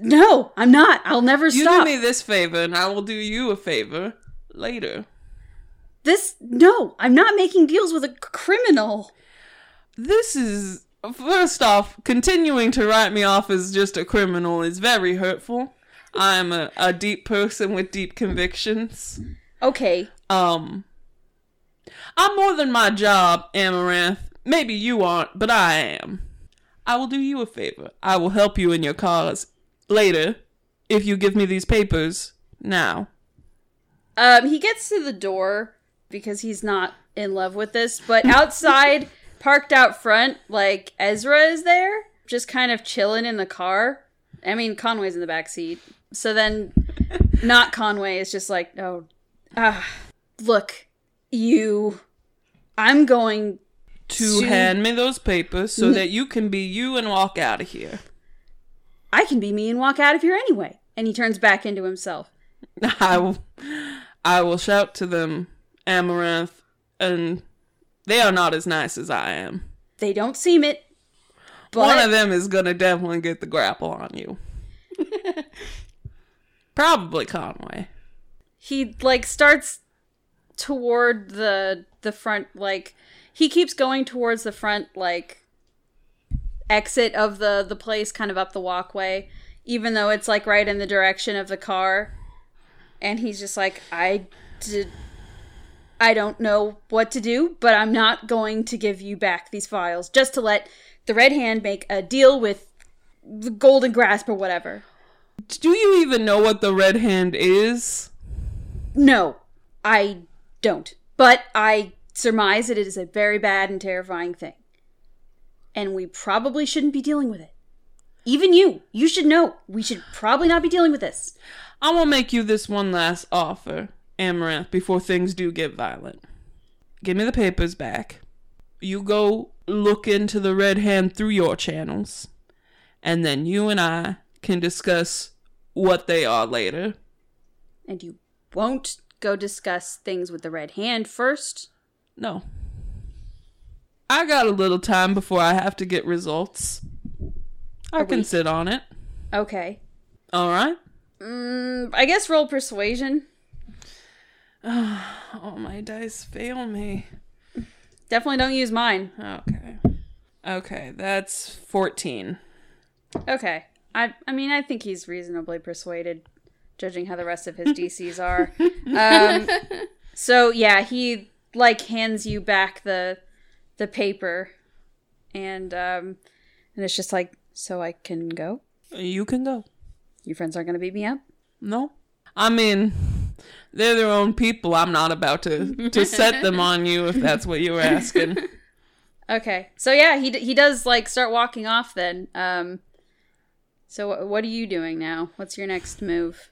[SPEAKER 3] no, I'm not. I'll never
[SPEAKER 5] You
[SPEAKER 3] stop.
[SPEAKER 5] do me this favor, and I will do you a favor later.
[SPEAKER 3] this. No, I'm not making deals with a c- criminal.
[SPEAKER 5] This is first off, continuing to write me off as just a criminal is very hurtful. I am a, a deep person with deep convictions.
[SPEAKER 3] Okay,
[SPEAKER 5] Um, I'm more than my job, Amaranth. Maybe you aren't, but I am. I will do you a favor. I will help you in your cause later if you give me these papers now.
[SPEAKER 3] Um, he gets to the door because he's not in love with this. But outside, parked out front, like Ezra is there, just kind of chilling in the car. I mean, Conway's in the back seat. So then, not Conway is just like, oh, ah, look, you, I'm going
[SPEAKER 5] to
[SPEAKER 3] To-
[SPEAKER 5] hand me those papers so that you can be you and walk out of here.
[SPEAKER 3] I can be me and walk out of here anyway. And he turns back into himself.
[SPEAKER 5] I will, I will shout to them, Amaranth, and they are not as nice as I am.
[SPEAKER 3] They don't seem it. But
[SPEAKER 5] One of them is gonna definitely get the grapple on you. Probably Conway.
[SPEAKER 3] he like starts toward the the front like he keeps going towards the front like exit of the the place kind of up the walkway even though it's like right in the direction of the car and he's just like I did I don't know what to do but I'm not going to give you back these files just to let the red hand make a deal with the golden grasp or whatever
[SPEAKER 5] Do you even know what the red hand is?
[SPEAKER 3] No, I don't. But I surmise that it is a very bad and terrifying thing. And we probably shouldn't be dealing with it. Even you, you should know. We should probably not be dealing with this.
[SPEAKER 5] I will make you this one last offer, Amaranth, before things do get violent. Give me the papers back. You go look into the red hand through your channels, and then you and I can discuss what they are later.
[SPEAKER 3] And you won't go discuss things with the red hand first.
[SPEAKER 5] No. I got a little time before I have to get results. I
[SPEAKER 3] Are
[SPEAKER 5] can
[SPEAKER 3] we-
[SPEAKER 5] sit on it.
[SPEAKER 3] Okay.
[SPEAKER 5] All right.
[SPEAKER 3] Mm, I guess roll persuasion.
[SPEAKER 5] Oh, my dice fail me.
[SPEAKER 3] Definitely don't use mine.
[SPEAKER 5] Okay. Okay, that's 14.
[SPEAKER 3] Okay. I I mean I think he's reasonably persuaded, judging how the rest of his DCs are. um, so yeah, he like hands you back the the paper, and um, and it's just like so I can go.
[SPEAKER 5] You can go.
[SPEAKER 3] Your friends aren't gonna beat me up.
[SPEAKER 5] No. I mean, they're their own people. I'm not about to, to set them on you if that's what you were asking.
[SPEAKER 3] Okay. So yeah, he d- he does like start walking off then. Um, so wh- what are you doing now? What's your next move?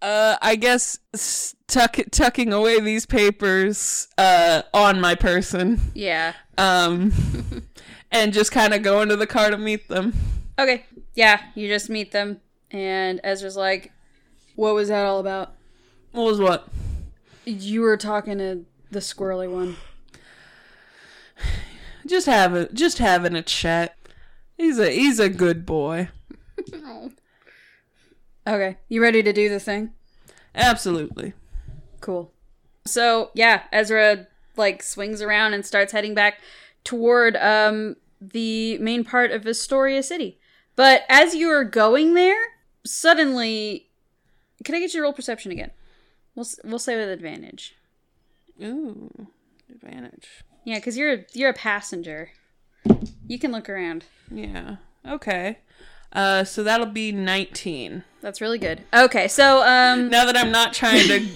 [SPEAKER 5] Uh, I guess s- tuck, tucking away these papers uh, on my person
[SPEAKER 3] Yeah.
[SPEAKER 5] um, and just kind of go into the car to meet them.
[SPEAKER 3] Okay. Yeah, you just meet them, and Ezra's like, "What was that all about?"
[SPEAKER 5] What was what?
[SPEAKER 3] You were talking to the squirrely one.
[SPEAKER 5] Just having just having a chat. He's a he's a good boy.
[SPEAKER 3] Okay. You ready to do the thing?
[SPEAKER 5] Absolutely.
[SPEAKER 3] Cool. So, yeah, Ezra like swings around and starts heading back toward um the main part of Astoria City. But as you are going there, suddenly can I get you to roll perception again? We'll s- we'll say with advantage.
[SPEAKER 5] Ooh, advantage.
[SPEAKER 3] Yeah, cuz you're you're a passenger. You can look around.
[SPEAKER 5] Yeah. Okay. Uh, so that'll be nineteen.
[SPEAKER 3] That's really good. Okay. So, um
[SPEAKER 5] Now that I'm not trying to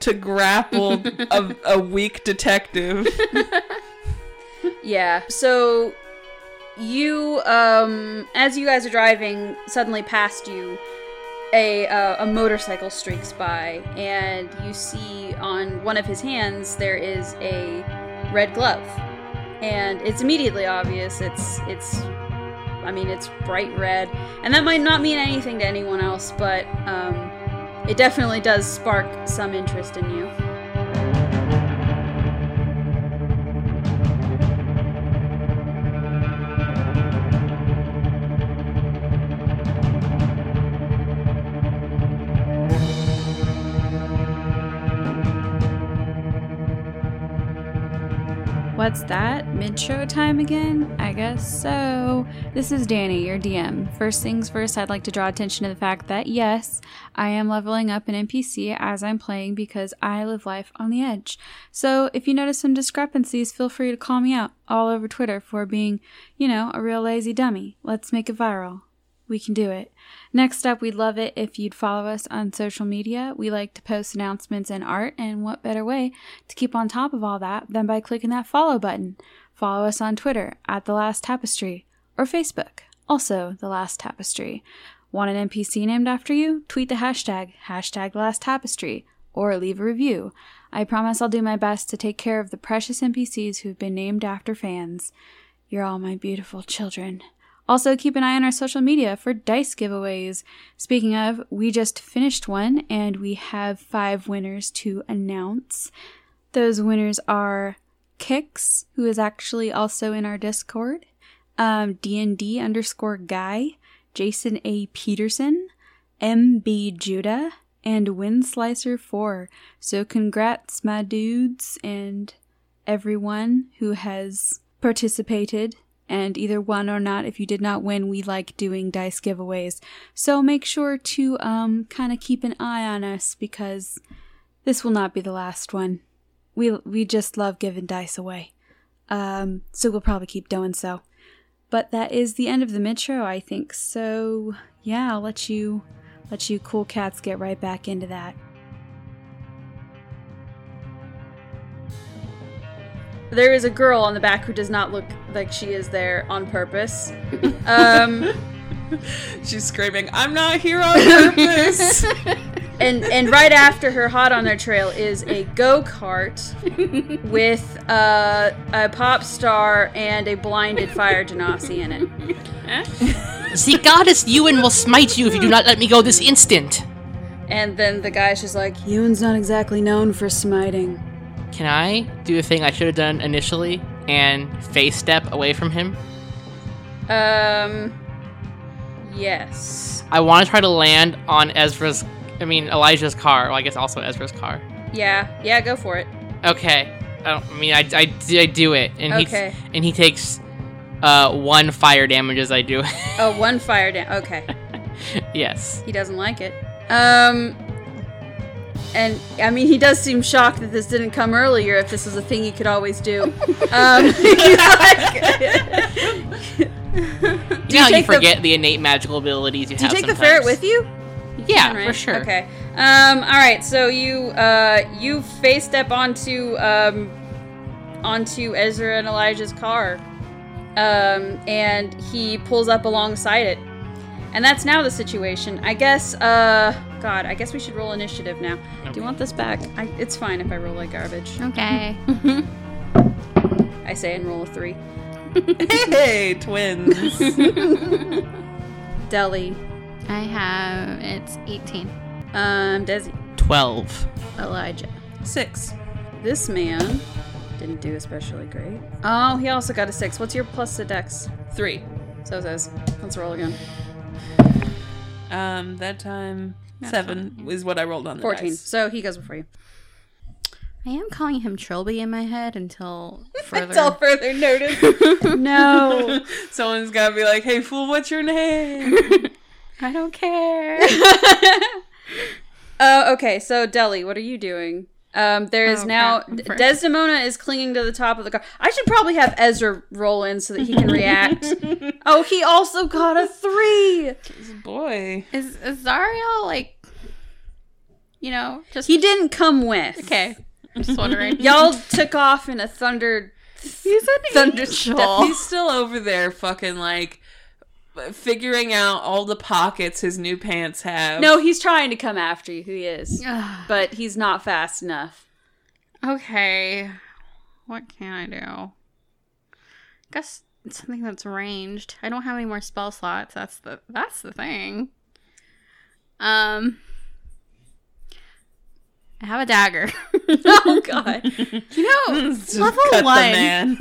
[SPEAKER 5] to grapple a, a weak detective.
[SPEAKER 3] Yeah. So you um as you guys are driving, suddenly past you a uh, a motorcycle streaks by and you see on one of his hands there is a red glove. And it's immediately obvious it's it's I mean it's bright red and that might not mean anything to anyone else, but um it definitely does spark some interest in you.
[SPEAKER 4] What's that? Mid show time again? I guess so. This is Danny, your DM. First things first, I'd like to draw attention to the fact that yes, I am leveling up an NPC as I'm playing because I live life on the edge. So if you notice some discrepancies, feel free to call me out all over Twitter for being, you know, a real lazy dummy. Let's make it viral. We can do it. Next up, we'd love it if you'd follow us on social media. We like to post announcements and art, and what better way to keep on top of all that than by clicking that follow button? Follow us on Twitter at The Last Tapestry or Facebook, also The Last Tapestry. Want an NPC named after you? Tweet the hashtag, hashtag Last Tapestry, or leave a review. I promise I'll do my best to take care of the precious NPCs who've been named after fans. You're all my beautiful children. Also, keep an eye on our social media for dice giveaways. Speaking of, we just finished one and we have five winners to announce. Those winners are Kix, who is actually also in our Discord, um, DND underscore guy, Jason A. Peterson, MB Judah, and Windslicer4. So, congrats, my dudes, and everyone who has participated and either won or not if you did not win we like doing dice giveaways so make sure to um kind of keep an eye on us because this will not be the last one we we just love giving dice away um so we'll probably keep doing so but that is the end of the metro i think so yeah i'll let you let you cool cats get right back into that
[SPEAKER 3] There is a girl on the back who does not look like she is there on purpose. Um,
[SPEAKER 5] She's screaming, I'm not here on purpose.
[SPEAKER 3] and and right after her, hot on their trail is a go kart with uh, a pop star and a blinded fire genasi in it.
[SPEAKER 2] The goddess Ewan will smite you if you do not let me go this instant.
[SPEAKER 3] And then the guy's just like,
[SPEAKER 4] ewan's not exactly known for smiting
[SPEAKER 2] Can I do the thing I should have done initially and face step away from him?
[SPEAKER 3] um, yes,
[SPEAKER 2] I want to try to land on Ezra's, I mean, Elijah's car. Well, I guess also Ezra's car.
[SPEAKER 3] yeah, yeah, go for it.
[SPEAKER 2] Okay. I, don't, I mean, I, I, I do it. And,
[SPEAKER 3] Okay.
[SPEAKER 2] he, and he takes uh, one fire damage as I do.
[SPEAKER 3] Oh, one fire down. Okay.
[SPEAKER 2] yes.
[SPEAKER 3] He doesn't like it. Um, and I mean, he does seem shocked that this didn't come earlier. If this was a thing you could always do, um, he's like,
[SPEAKER 2] Do you know how you
[SPEAKER 3] take the-
[SPEAKER 2] forget the, innate magical abilities you
[SPEAKER 3] "Do you
[SPEAKER 2] have
[SPEAKER 3] take the
[SPEAKER 2] sometimes.
[SPEAKER 3] ferret with you?" You
[SPEAKER 2] Yeah,
[SPEAKER 3] can,
[SPEAKER 2] for sure.
[SPEAKER 3] Okay. Um, all right. So you uh, you face step onto um, onto Ezra and Elijah's car, um, and he pulls up alongside it. And that's now the situation. I guess. Uh, God, I guess we should roll initiative now. Do you want this back? I, it's fine if I roll like garbage.
[SPEAKER 4] okay
[SPEAKER 3] I say and roll a three.
[SPEAKER 5] hey, twins.
[SPEAKER 3] Deli,
[SPEAKER 6] I have it's 18.
[SPEAKER 3] um, Desi,
[SPEAKER 2] 12.
[SPEAKER 3] Elijah.
[SPEAKER 5] Six.
[SPEAKER 3] This man didn't do especially great. Oh, he also got a six. What's your plus to dex?
[SPEAKER 5] Three.
[SPEAKER 3] So says. Let's roll again.
[SPEAKER 5] Um, that time seven is what I rolled on the
[SPEAKER 3] 14.
[SPEAKER 5] dice.
[SPEAKER 3] So he goes before you.
[SPEAKER 6] I am calling him Trilby in my head until further.
[SPEAKER 3] Until further notice. no.
[SPEAKER 5] Someone's gotta be like, "Hey, fool, what's your name?"
[SPEAKER 6] I don't care.
[SPEAKER 3] Uh, okay, so Deli, what are you doing? Um, there is
[SPEAKER 6] Oh,
[SPEAKER 3] now
[SPEAKER 6] crap. I'm
[SPEAKER 3] D-
[SPEAKER 6] first.
[SPEAKER 3] Desdemona is clinging to the top of the car. I should probably have Ezra roll in so that he can react. oh, he also got a three.
[SPEAKER 5] Boy,
[SPEAKER 6] Is Azariel like, you know, just
[SPEAKER 3] He didn't come with.
[SPEAKER 6] okay? I'm just wondering.
[SPEAKER 3] Y'all took off in a thunder.
[SPEAKER 6] He's an
[SPEAKER 3] Thunderstep.
[SPEAKER 5] he's still over there, fucking like figuring out all the pockets his new pants have.
[SPEAKER 3] No, he's trying to come after you. He is, but he's not fast enough.
[SPEAKER 6] okay, what can I do? Guess it's something that's ranged. I don't have any more spell slots. That's the that's the thing. Um, I have a dagger.
[SPEAKER 3] Oh God!
[SPEAKER 6] you know,
[SPEAKER 5] Just
[SPEAKER 6] level
[SPEAKER 5] cut the
[SPEAKER 6] one.
[SPEAKER 5] man.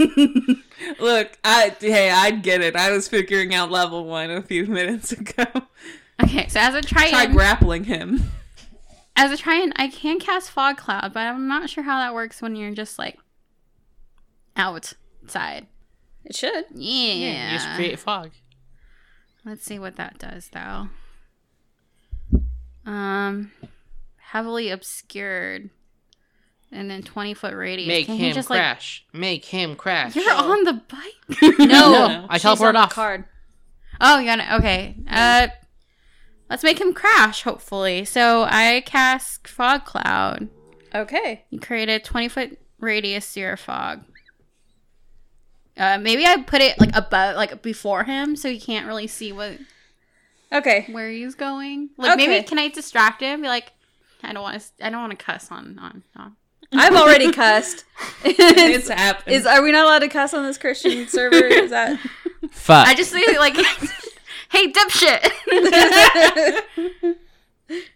[SPEAKER 5] Look, I hey, I get it. I was figuring out level one a few minutes ago.
[SPEAKER 6] Okay, so as a Triton,
[SPEAKER 5] Try grappling him.
[SPEAKER 6] as a Triton, I can cast Fog Cloud, but I'm not sure how that works when you're just like outside.
[SPEAKER 3] It should.
[SPEAKER 6] Yeah.
[SPEAKER 2] You
[SPEAKER 6] Uh,
[SPEAKER 2] just create fog.
[SPEAKER 6] Let's see what that does though. Um, heavily obscured, and then 20 foot radius.
[SPEAKER 2] Make
[SPEAKER 6] Can he
[SPEAKER 2] him
[SPEAKER 6] just, like-
[SPEAKER 2] crash. Make him crash.
[SPEAKER 6] you're on the bike.
[SPEAKER 3] No,
[SPEAKER 2] I teleport
[SPEAKER 3] she's on the
[SPEAKER 2] off.
[SPEAKER 3] card.
[SPEAKER 6] Oh, you wanna okay. Uh let's make him crash, hopefully. So I cast fog cloud.
[SPEAKER 3] Okay.
[SPEAKER 6] You create a twenty foot radius to your fog. Uh, maybe I put it like above, like before him, so he can't really see what
[SPEAKER 3] Okay.
[SPEAKER 6] where he's going. Like maybe
[SPEAKER 3] Okay.
[SPEAKER 6] can I distract him? Be like, I don't want to. I don't want to cuss on on on.
[SPEAKER 3] I've already cussed. is,
[SPEAKER 5] It's happened.
[SPEAKER 3] is are we not allowed to cuss on this Christian server? Is that
[SPEAKER 2] Fuck.
[SPEAKER 6] I just say like, hey, dipshit.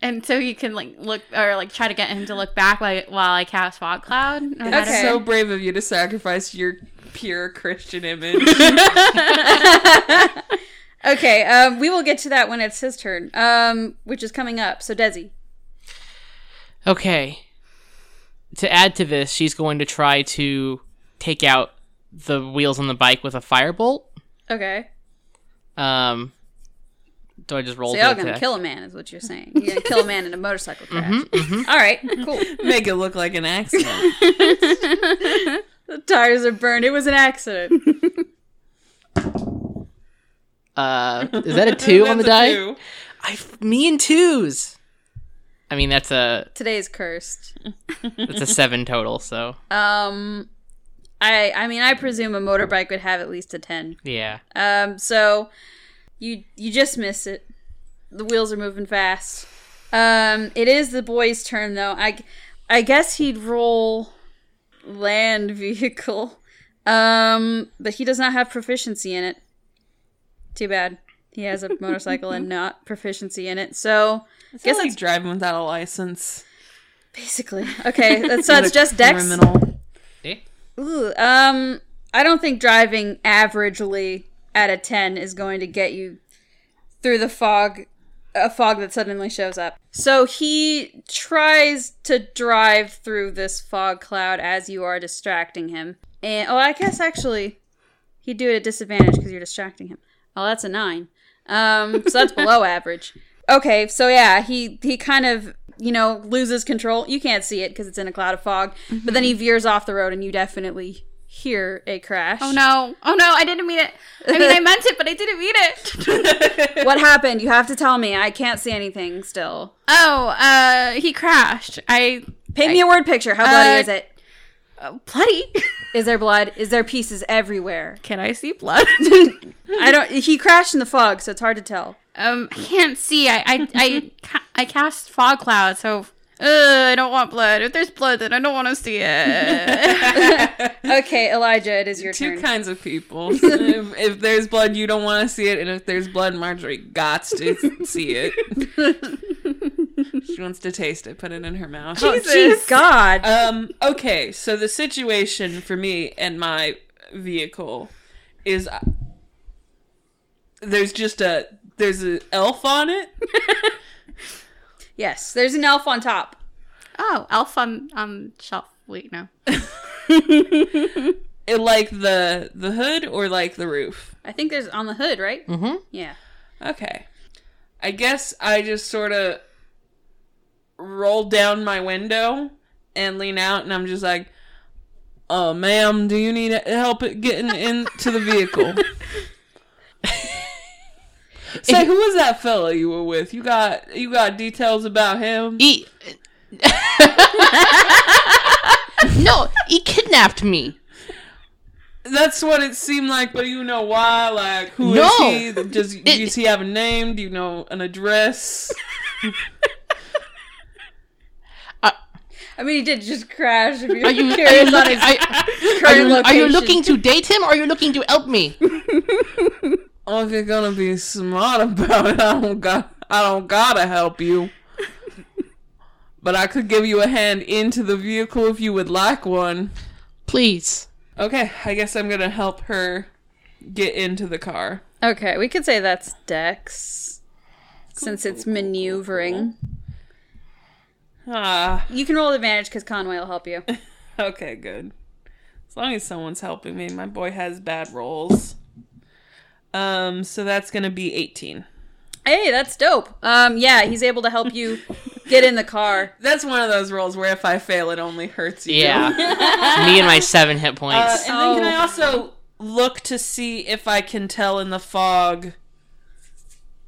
[SPEAKER 6] and so you can like look or like try to get him to look back while, while I cast fog cloud. no
[SPEAKER 3] That's
[SPEAKER 5] That's
[SPEAKER 6] matter-
[SPEAKER 5] so brave of you to sacrifice your pure Christian image.
[SPEAKER 3] Okay, um, we will get to that when it's his turn, um, which is coming up. So, Desi.
[SPEAKER 2] Okay. To add to this, she's going to try to take out the wheels on the bike with a firebolt.
[SPEAKER 3] Okay.
[SPEAKER 2] Um, do I just roll?
[SPEAKER 3] So,
[SPEAKER 2] to
[SPEAKER 3] y'all gonna
[SPEAKER 2] attack? Mm-hmm,
[SPEAKER 3] kill a man, is what you're saying. You're gonna kill a man in a motorcycle crash. All right, cool.
[SPEAKER 5] Make it look like an accident.
[SPEAKER 3] The tires are burned. It was an accident.
[SPEAKER 2] Uh, is that a two on the
[SPEAKER 5] That's
[SPEAKER 2] die?
[SPEAKER 5] a two.
[SPEAKER 2] I, me and twos. I mean, that's a
[SPEAKER 3] Today's cursed.
[SPEAKER 2] that's a seven total. So
[SPEAKER 3] Um, I I mean, I presume a motorbike would have at least a ten.
[SPEAKER 2] yeah.
[SPEAKER 3] Um, so you you just miss it. The wheels are moving fast. Um, it is the boy's turn though. I I guess he'd roll land vehicle. Um, but he does not have proficiency in it. Too bad. He has a motorcycle and not proficiency in it. So
[SPEAKER 5] It's not like driving without a license.
[SPEAKER 3] basically, okay. That's, so
[SPEAKER 5] You're
[SPEAKER 3] it's
[SPEAKER 5] a
[SPEAKER 3] just Dex.
[SPEAKER 5] criminal.
[SPEAKER 2] Eh?
[SPEAKER 3] Ooh, um, I don't think driving averagely at a ten is going to get you through the fog, a fog that suddenly shows up. So he tries to drive through this fog cloud as you are distracting him. And oh, I guess actually he'd do it at disadvantage because you're distracting him. Oh, that's a nine. Um, so that's below average. Okay, so yeah, he he kind of you know loses control. You can't see it because it's in a cloud of fog, but then he
[SPEAKER 6] Mm-hmm.
[SPEAKER 3] veers off the road, and you definitely hear a crash.
[SPEAKER 6] Oh no! Oh no! I didn't mean it. I mean, I meant it, but I didn't mean it.
[SPEAKER 3] What happened? You have to tell me. I can't see anything still.
[SPEAKER 6] Oh, uh, he crashed. I
[SPEAKER 3] Paint me a word picture. How bloody
[SPEAKER 6] Uh,
[SPEAKER 3] is it?
[SPEAKER 6] uh, bloody.
[SPEAKER 3] Is there blood? Is there pieces everywhere?
[SPEAKER 6] Can I see blood?
[SPEAKER 3] I don't. He crashed in the fog, so it's hard to tell.
[SPEAKER 6] um, I can't see. I I I, ca- I cast fog cloud, so uh, I don't want blood. If there's blood, then I don't want to see it.
[SPEAKER 3] Okay, Elijah, it is your
[SPEAKER 5] Two
[SPEAKER 3] turn.
[SPEAKER 5] kinds of people. if, if there's blood, you don't want to see it, and if there's blood, Marjorie got to see it. she wants to taste it. Put it in her mouth.
[SPEAKER 3] Oh, Jeez, God.
[SPEAKER 5] Um. Okay. So the situation for me and my vehicle is uh, there's just a there's an elf on it.
[SPEAKER 3] yes, there's an elf on top.
[SPEAKER 6] oh, elf on on shelf. Wait, no.
[SPEAKER 5] It like the the hood or like the roof.
[SPEAKER 3] I think there's on the hood, right? Mm-hmm. Yeah.
[SPEAKER 5] Okay. I guess I just sort of roll down my window and lean out, and I'm just like, "Uh, ma'am, do you need help getting into the vehicle?" Say, who was that fella you were with? You got you got details about him?
[SPEAKER 2] He no, he kidnapped me.
[SPEAKER 5] That's what it seemed like, but you know why? Like, who is
[SPEAKER 2] No.
[SPEAKER 5] he? Does, does he have a name? Do you know an address?
[SPEAKER 3] I mean, he did just crash. If you're
[SPEAKER 2] Are you, are you,
[SPEAKER 3] curious on
[SPEAKER 2] looking,
[SPEAKER 3] his
[SPEAKER 2] I- are,
[SPEAKER 3] current
[SPEAKER 2] you, are you
[SPEAKER 3] location.
[SPEAKER 2] looking to date him or are you looking to help me?
[SPEAKER 5] Oh, if you're gonna be smart about it, I don't got I don't gotta help you. but I could give you a hand into the vehicle if you would like one.
[SPEAKER 2] Please.
[SPEAKER 5] Okay, I guess I'm gonna help her get into the car.
[SPEAKER 3] Okay, we could say that's Dex, since it's maneuvering.
[SPEAKER 5] Ah,
[SPEAKER 3] You can roll advantage because Conway will help you.
[SPEAKER 5] okay, good. As long as someone's helping me, my boy has bad rolls. Um, so that's gonna be 18.
[SPEAKER 3] Hey, that's dope. Um, yeah, he's able to help you get in the car.
[SPEAKER 5] That's one of those rolls where if I fail, it only hurts you.
[SPEAKER 2] Yeah. me and my seven hit points.
[SPEAKER 5] Uh, and then can I also look to see if I can tell in the fog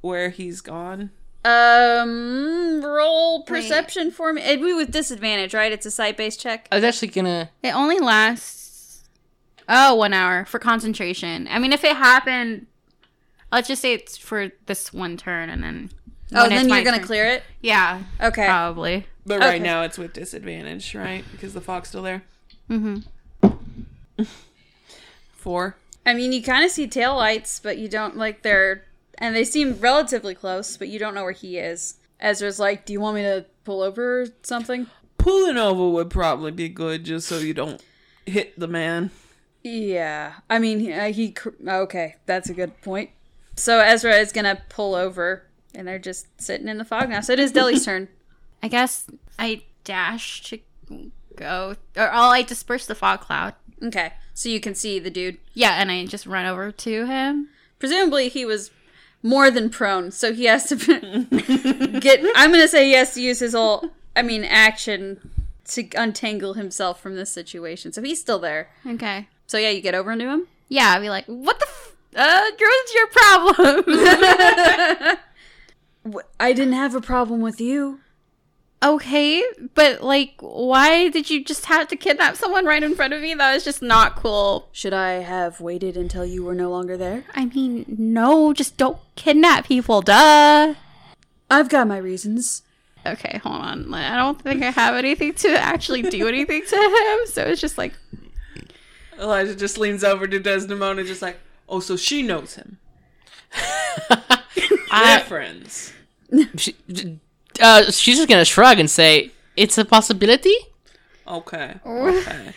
[SPEAKER 5] where he's gone?
[SPEAKER 3] Um, roll perception for me. It'd be with disadvantage, right? It's a sight based check.
[SPEAKER 2] I was actually gonna.
[SPEAKER 6] It only lasts oh one hour for concentration. I mean, if it happened, let's just say it's for this one turn, and then
[SPEAKER 3] Oh,
[SPEAKER 6] when it's
[SPEAKER 3] then
[SPEAKER 6] my
[SPEAKER 3] you're gonna
[SPEAKER 6] turn- Oh.
[SPEAKER 3] clear it.
[SPEAKER 6] Yeah,
[SPEAKER 3] Okay.
[SPEAKER 6] probably.
[SPEAKER 5] But right
[SPEAKER 3] Okay.
[SPEAKER 5] now it's with disadvantage, right? Because the fog's still there.
[SPEAKER 6] Mm-hmm.
[SPEAKER 5] Four.
[SPEAKER 3] I mean, you kind of see tail lights, but you don't like they're and they seem relatively close, but you don't know where he is. Ezra's like, "Do you want me to pull over or something?"
[SPEAKER 5] Pulling over would probably be good just so you don't hit the man.
[SPEAKER 3] Yeah. I mean, he- uh, he cr- okay, that's a good point. So Ezra is going to pull over and they're just sitting in the fog now. So it is Deli's turn.
[SPEAKER 6] I guess I dash to go, or I'll I disperse the fog cloud.
[SPEAKER 3] Okay. So you can see the dude.
[SPEAKER 6] Yeah, and I just run over to him.
[SPEAKER 3] Presumably he was more than prone, so he has to get I'm going to say he has to use his whole I mean action to untangle himself from this situation. So he's still there.
[SPEAKER 6] Okay.
[SPEAKER 3] So yeah, you get over into him.
[SPEAKER 6] Yeah, I'd be like, what the. F- uh, girl, it's your problem.
[SPEAKER 3] W- I didn't have a problem with you.
[SPEAKER 6] okay, but like, why did you just have to kidnap someone right in front of me? That was just not cool.
[SPEAKER 3] Should I have waited until you were no longer there?
[SPEAKER 6] I mean, no, just don't kidnap people, duh.
[SPEAKER 3] I've got my reasons.
[SPEAKER 6] Okay, hold on. Like, I don't think I have anything to actually do anything to him, so it's just like,
[SPEAKER 5] Elijah just leans over to Desdemona, just like, oh, so she knows him. They're
[SPEAKER 2] I,
[SPEAKER 5] friends.
[SPEAKER 2] she, uh, she's just gonna shrug and say, "It's a possibility."
[SPEAKER 5] Okay. Okay.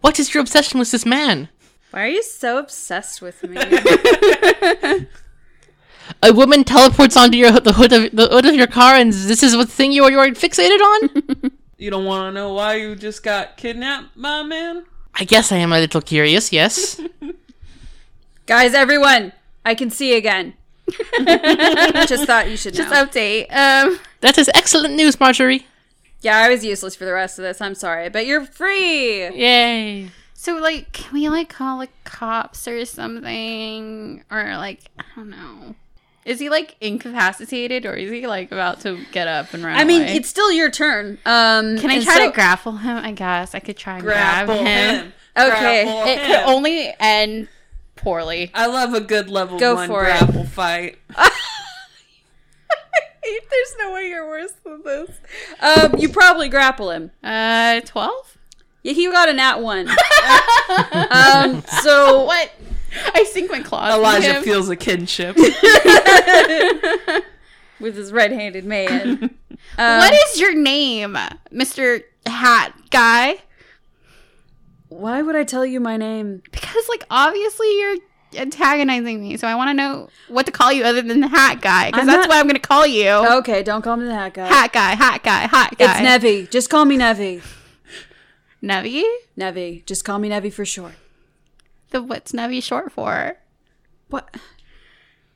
[SPEAKER 2] What is your obsession with this man?
[SPEAKER 3] Why are you so obsessed with me?
[SPEAKER 2] A woman teleports onto your the hood of the hood of your car, and this is what thing you are you are fixated on.
[SPEAKER 5] you don't want to know why you just got kidnapped, my man?
[SPEAKER 2] I guess I am a little curious. Yes.
[SPEAKER 3] Guys, everyone, I can see again. Just thought you should know.
[SPEAKER 6] just update. Um,
[SPEAKER 2] That is excellent news, Marjorie.
[SPEAKER 3] yeah, I was useless for the rest of this. I'm sorry, but you're free.
[SPEAKER 2] Yay.
[SPEAKER 6] so like, can we like call the cops or something, or like, I don't know. Is he like incapacitated, or is he like about to get up and run?
[SPEAKER 3] I mean,
[SPEAKER 6] away?
[SPEAKER 3] it's still your turn. Um,
[SPEAKER 6] Can I
[SPEAKER 3] and
[SPEAKER 6] try
[SPEAKER 3] so-
[SPEAKER 6] to grapple him? I guess I could try and
[SPEAKER 5] Grapple
[SPEAKER 6] grab him.
[SPEAKER 5] him.
[SPEAKER 3] Okay,
[SPEAKER 5] Grapple
[SPEAKER 6] It
[SPEAKER 5] him.
[SPEAKER 6] could only end poorly.
[SPEAKER 5] I love a good level
[SPEAKER 3] Go
[SPEAKER 5] one
[SPEAKER 3] for it.
[SPEAKER 5] grapple fight.
[SPEAKER 3] There's no way you're worse than this. Um, you probably grapple him.
[SPEAKER 6] Uh, twelve.
[SPEAKER 3] Yeah, he got a nat one. um, so
[SPEAKER 6] What? I sink my claws. in
[SPEAKER 5] Elijah
[SPEAKER 6] him.
[SPEAKER 5] feels a kinship.
[SPEAKER 3] with his red-handed man. Um,
[SPEAKER 6] what is your name, Mister Hat Guy?
[SPEAKER 3] Why would I tell you my name?
[SPEAKER 6] Because like obviously you're antagonizing me, so I want to know what to call you other than the Hat Guy, because
[SPEAKER 3] I'm
[SPEAKER 6] that's
[SPEAKER 3] not-
[SPEAKER 6] what I'm gonna call you.
[SPEAKER 3] Okay, don't call me the hat guy.
[SPEAKER 6] Hat Guy, Hat Guy, Hat
[SPEAKER 3] It's
[SPEAKER 6] Guy.
[SPEAKER 3] Nevi. Just call me Nevi.
[SPEAKER 6] Nevi.
[SPEAKER 3] Nevi. Just call me Nevi for short.
[SPEAKER 6] The what's Nevi short for?
[SPEAKER 3] What?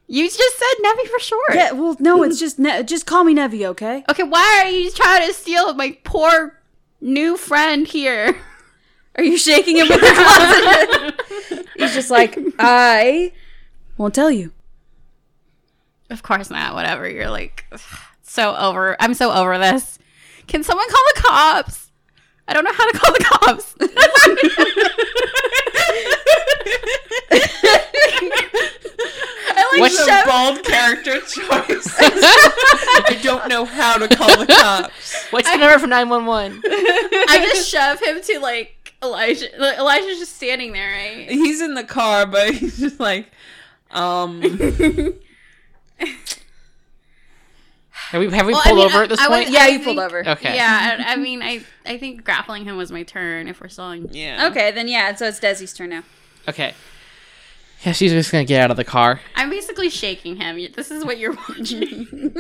[SPEAKER 6] You just said Nevi for short.
[SPEAKER 3] Yeah, well, no, it's just ne- just call me Nevi, okay?
[SPEAKER 6] Okay, why are you trying to steal my poor new friend here?
[SPEAKER 3] Are you shaking him with your closet? He's just like, I won't tell you.
[SPEAKER 6] Of course not. Whatever. You're like so over. I'm so over this. Can someone call the cops? I don't know how to call the cops. I like
[SPEAKER 2] What's
[SPEAKER 5] It's a
[SPEAKER 6] shove-
[SPEAKER 5] bold character choice. I don't know how to call the cops.
[SPEAKER 2] What's the number for nine one one?
[SPEAKER 6] I just shove him to like Elijah. like, Elijah's just standing there, right?
[SPEAKER 5] He's in the car, but he's just like, um,
[SPEAKER 2] Have we have we
[SPEAKER 6] Well, I
[SPEAKER 2] pulled
[SPEAKER 6] mean,
[SPEAKER 2] over
[SPEAKER 6] I-
[SPEAKER 2] at this
[SPEAKER 6] I
[SPEAKER 2] point?
[SPEAKER 6] was-
[SPEAKER 3] Yeah,
[SPEAKER 6] I
[SPEAKER 3] you pulled
[SPEAKER 6] think-
[SPEAKER 3] over.
[SPEAKER 2] Okay.
[SPEAKER 6] Yeah, I, I mean, I I think grappling him was my turn. If we're selling,
[SPEAKER 5] yeah.
[SPEAKER 3] Okay, then yeah, so it's Desi's turn now.
[SPEAKER 2] Okay. Yeah, she's just gonna get out of the car.
[SPEAKER 6] I'm basically shaking him. You- This is what you're watching.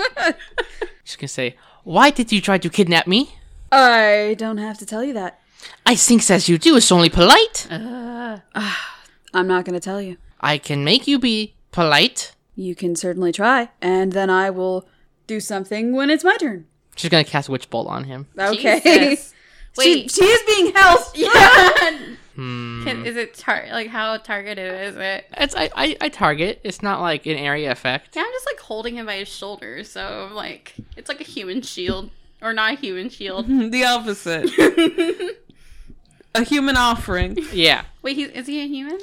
[SPEAKER 2] She's gonna say, "Why did you try to kidnap me?"
[SPEAKER 3] I don't have to tell you that.
[SPEAKER 2] I think as you do, it's only polite.
[SPEAKER 3] I'm not going to tell you.
[SPEAKER 2] I can make you be polite.
[SPEAKER 3] You can certainly try, and then I will do something when it's my turn.
[SPEAKER 2] She's gonna cast witch bolt on him.
[SPEAKER 3] Okay.
[SPEAKER 6] Jesus. Wait,
[SPEAKER 3] She, she is being held.
[SPEAKER 6] yeah.
[SPEAKER 2] Hmm.
[SPEAKER 6] Can, is it tar- like how targeted is it?
[SPEAKER 2] It's I, I I target. It's not like an area effect.
[SPEAKER 6] Yeah, I'm just like holding him by his shoulder, so like it's like a human shield or not a human shield.
[SPEAKER 5] the opposite. a human offering.
[SPEAKER 2] Yeah.
[SPEAKER 6] Wait, he's, is he a human?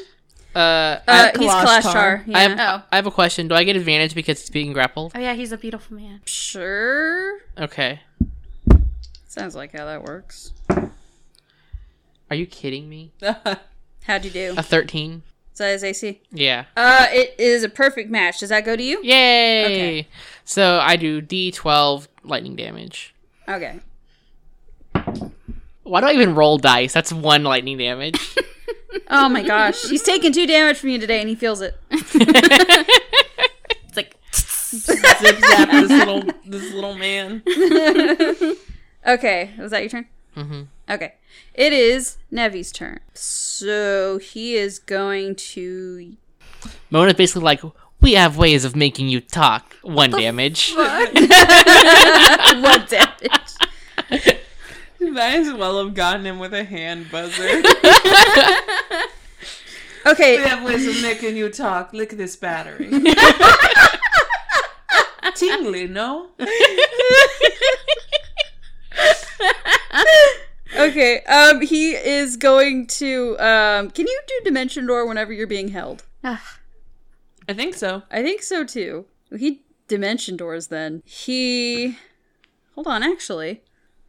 [SPEAKER 2] Uh, I,
[SPEAKER 3] Uh,
[SPEAKER 5] I'm
[SPEAKER 3] he's
[SPEAKER 5] Kalashtar.
[SPEAKER 3] Kalashtar. Yeah.
[SPEAKER 2] I have
[SPEAKER 6] Oh.
[SPEAKER 2] I have a question. Do I get advantage because it's being grappled?
[SPEAKER 6] Oh yeah, he's a beautiful man.
[SPEAKER 3] sure.
[SPEAKER 2] Okay.
[SPEAKER 3] Sounds like how that works.
[SPEAKER 2] Are you kidding me?
[SPEAKER 3] How'd you do?
[SPEAKER 2] A thirteen?
[SPEAKER 3] Is that his AC?
[SPEAKER 2] Yeah.
[SPEAKER 3] Uh, it is a perfect match. Does that go to you?
[SPEAKER 2] Yay!
[SPEAKER 3] Okay.
[SPEAKER 2] So I do D twelve lightning damage.
[SPEAKER 3] Okay.
[SPEAKER 2] Why do I even roll dice? That's one lightning damage.
[SPEAKER 3] Oh my gosh, he's taking two damage from you today, and he feels it.
[SPEAKER 6] It's like
[SPEAKER 5] Zip zap this little this little man.
[SPEAKER 3] Okay, was that your turn?
[SPEAKER 2] hmm
[SPEAKER 3] Okay, it is Nevi's turn. So he is going to.
[SPEAKER 2] Mona's basically like, we have ways of making you talk. One damage.
[SPEAKER 3] what damage?
[SPEAKER 5] You might as well have gotten him with a hand buzzer. we
[SPEAKER 3] Okay,
[SPEAKER 5] have ways of making you talk. Lick this battery. Tingly, no?
[SPEAKER 3] okay. Um, he is going to. Um, can you do dimension door whenever you're being held?
[SPEAKER 5] I think so.
[SPEAKER 3] I think so too. He dimension doors then. He Hold on, actually.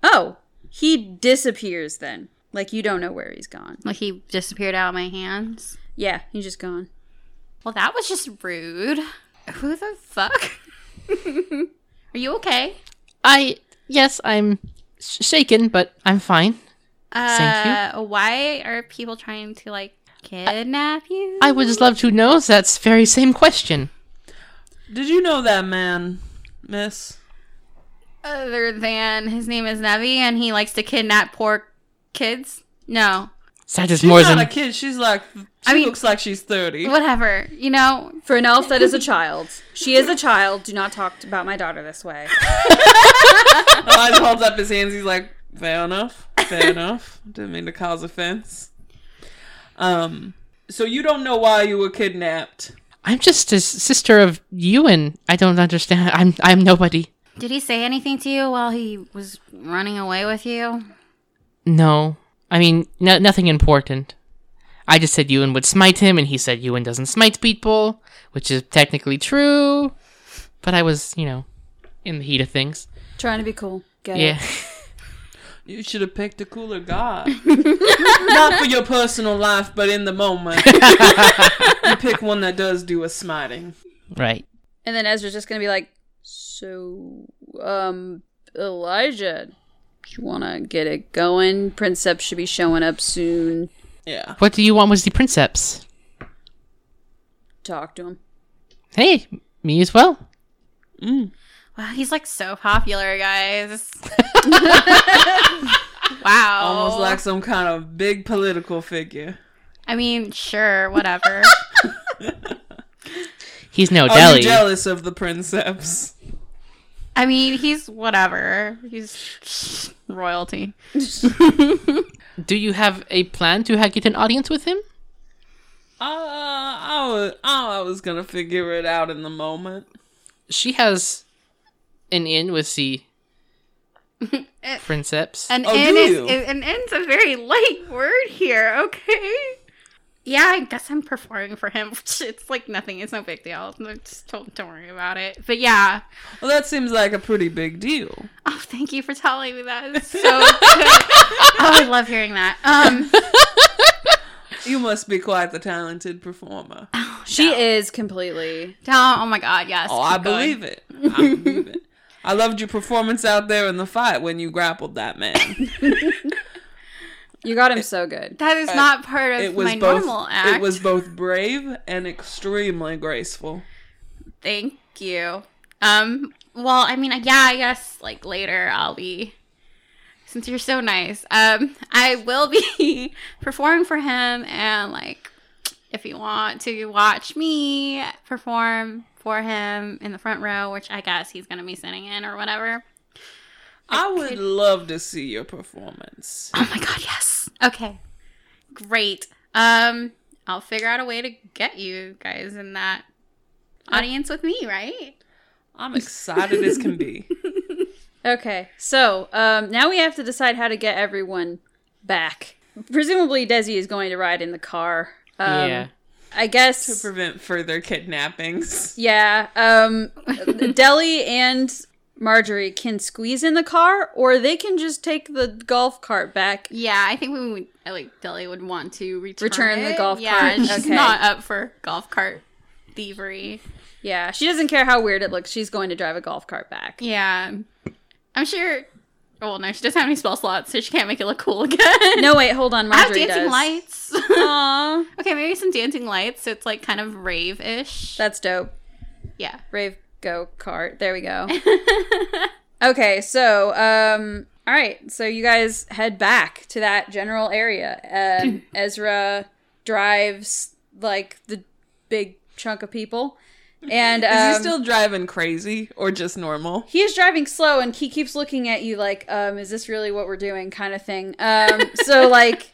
[SPEAKER 3] Oh, he disappears then. Like you don't know where he's gone.
[SPEAKER 6] like he disappeared out of my hands.
[SPEAKER 3] Yeah, he's just gone.
[SPEAKER 6] Well, that was just rude. Who the fuck? Are you okay?
[SPEAKER 2] I yes, I'm sh- shaken, but I'm fine.
[SPEAKER 6] Uh,
[SPEAKER 2] Thank
[SPEAKER 6] Why are people trying to like kidnap you?
[SPEAKER 2] I would just love to know that very same question.
[SPEAKER 5] Did you know that man, miss?
[SPEAKER 6] Other than his name is Nevi and he likes to kidnap poor kids. No,
[SPEAKER 2] That is
[SPEAKER 5] She's
[SPEAKER 2] more
[SPEAKER 5] not
[SPEAKER 2] than
[SPEAKER 5] a kid. She's like, she
[SPEAKER 6] I mean-
[SPEAKER 5] looks like she's 30.
[SPEAKER 6] whatever. You know,
[SPEAKER 3] For an elf that is a child. She is a child. Do not talk about my daughter this way.
[SPEAKER 5] Elijah holds up his hands. He's like, fair enough. Fair enough. Didn't mean to cause offense. Um, so you don't know why you were kidnapped.
[SPEAKER 2] I'm just a s- sister of you, and I don't understand. I'm I'm nobody.
[SPEAKER 6] did he say anything to you while he was running away with you?
[SPEAKER 2] No, I mean no, nothing important. I just said Ewan would smite him, and he said Ewan doesn't smite people, which is technically true. But I was, you know, in the heat of things.
[SPEAKER 3] Trying to be cool. Get it.
[SPEAKER 2] Yeah,
[SPEAKER 5] You should have picked a cooler god. Not for your personal life, but in the moment. you pick one that does do a smiting.
[SPEAKER 2] right.
[SPEAKER 3] And then Ezra's just gonna be like, So um Elijah, you wanna get it going? Princeps should be showing up soon.
[SPEAKER 5] Yeah.
[SPEAKER 2] What do you want? Was the princeps?
[SPEAKER 3] Talk to him.
[SPEAKER 2] Hey, me as well.
[SPEAKER 6] Wow, he's like so popular, guys. wow.
[SPEAKER 5] Almost like some kind of big political figure.
[SPEAKER 6] I mean, sure, whatever.
[SPEAKER 2] He's no
[SPEAKER 5] Are
[SPEAKER 2] deli.
[SPEAKER 5] you jealous of the princeps?
[SPEAKER 6] I mean, he's whatever. He's royalty.
[SPEAKER 2] Do you have a plan to ha- get an audience with him?
[SPEAKER 5] Uh, I was, I was gonna figure it out in the moment.
[SPEAKER 2] She has an in with the princeps.
[SPEAKER 6] An
[SPEAKER 5] Oh,
[SPEAKER 6] inn
[SPEAKER 5] do
[SPEAKER 6] is,
[SPEAKER 5] you?
[SPEAKER 6] is an inn's a very light word here, okay? Yeah, I guess I'm performing for him. It's like nothing. It's no big deal. No, Just don't, don't worry about it. But yeah.
[SPEAKER 5] Well, that seems like a pretty big deal.
[SPEAKER 6] Oh, thank you for telling me that. It's so good. oh, I love hearing that. Um,
[SPEAKER 5] You must be quite the talented performer. Oh,
[SPEAKER 3] She is completely
[SPEAKER 6] down. Oh my God. Yes.
[SPEAKER 5] I
[SPEAKER 6] keep going.
[SPEAKER 5] believe it. I believe it. I loved your performance out there in the fight when you grappled that man.
[SPEAKER 3] You got him so good.
[SPEAKER 6] That is not part of
[SPEAKER 5] It was
[SPEAKER 6] my
[SPEAKER 5] both.
[SPEAKER 6] normal act.
[SPEAKER 5] It was both brave and extremely graceful.
[SPEAKER 6] Thank you. Um. Well, I mean, yeah, I guess like later I'll be. Since you're so nice, um, I will be performing for him, and like, if you want to watch me perform for him in the front row, which I guess he's gonna be sitting in or whatever,
[SPEAKER 5] I would love to see your performance.
[SPEAKER 6] Oh my god, yes. Okay. Great. Um I'll figure out a way to get you guys in that audience with me, right?
[SPEAKER 5] I'm excited as can be.
[SPEAKER 3] Okay, so um, now we have to decide how to get everyone back. Presumably, Desi is going to ride in the car. Um,
[SPEAKER 2] yeah.
[SPEAKER 3] I
[SPEAKER 5] to
[SPEAKER 3] guess.
[SPEAKER 5] prevent further kidnappings.
[SPEAKER 3] Yeah. Um, Deli and Marjorie can squeeze in the car, or they can just take the golf cart back.
[SPEAKER 6] Yeah, I think we would I like Deli would want to return,
[SPEAKER 3] Return the
[SPEAKER 6] it.
[SPEAKER 3] golf
[SPEAKER 6] yeah,
[SPEAKER 3] cart,
[SPEAKER 6] she's
[SPEAKER 3] okay.
[SPEAKER 6] not up for golf cart thievery.
[SPEAKER 3] Yeah, she doesn't care how weird it looks. She's going to drive a golf cart back.
[SPEAKER 6] Yeah. I'm sure well, no, she doesn't have any spell slots, so she can't make it look cool again.
[SPEAKER 3] No, wait, hold on.
[SPEAKER 6] I have
[SPEAKER 3] Marjorie
[SPEAKER 6] dancing
[SPEAKER 3] does.
[SPEAKER 6] lights.
[SPEAKER 3] Aw,
[SPEAKER 6] okay, maybe some dancing lights, so it's like kind of rave ish.
[SPEAKER 3] that's dope.
[SPEAKER 6] Yeah.
[SPEAKER 3] Rave go kart. There we go. okay, so um all right, so you guys head back to that general area. Um Ezra drives like the big chunk of people. And um,
[SPEAKER 5] Is he still driving crazy or just normal?
[SPEAKER 3] he is driving slow and he keeps looking at you like, um, is this really what we're doing kind of thing. Um so like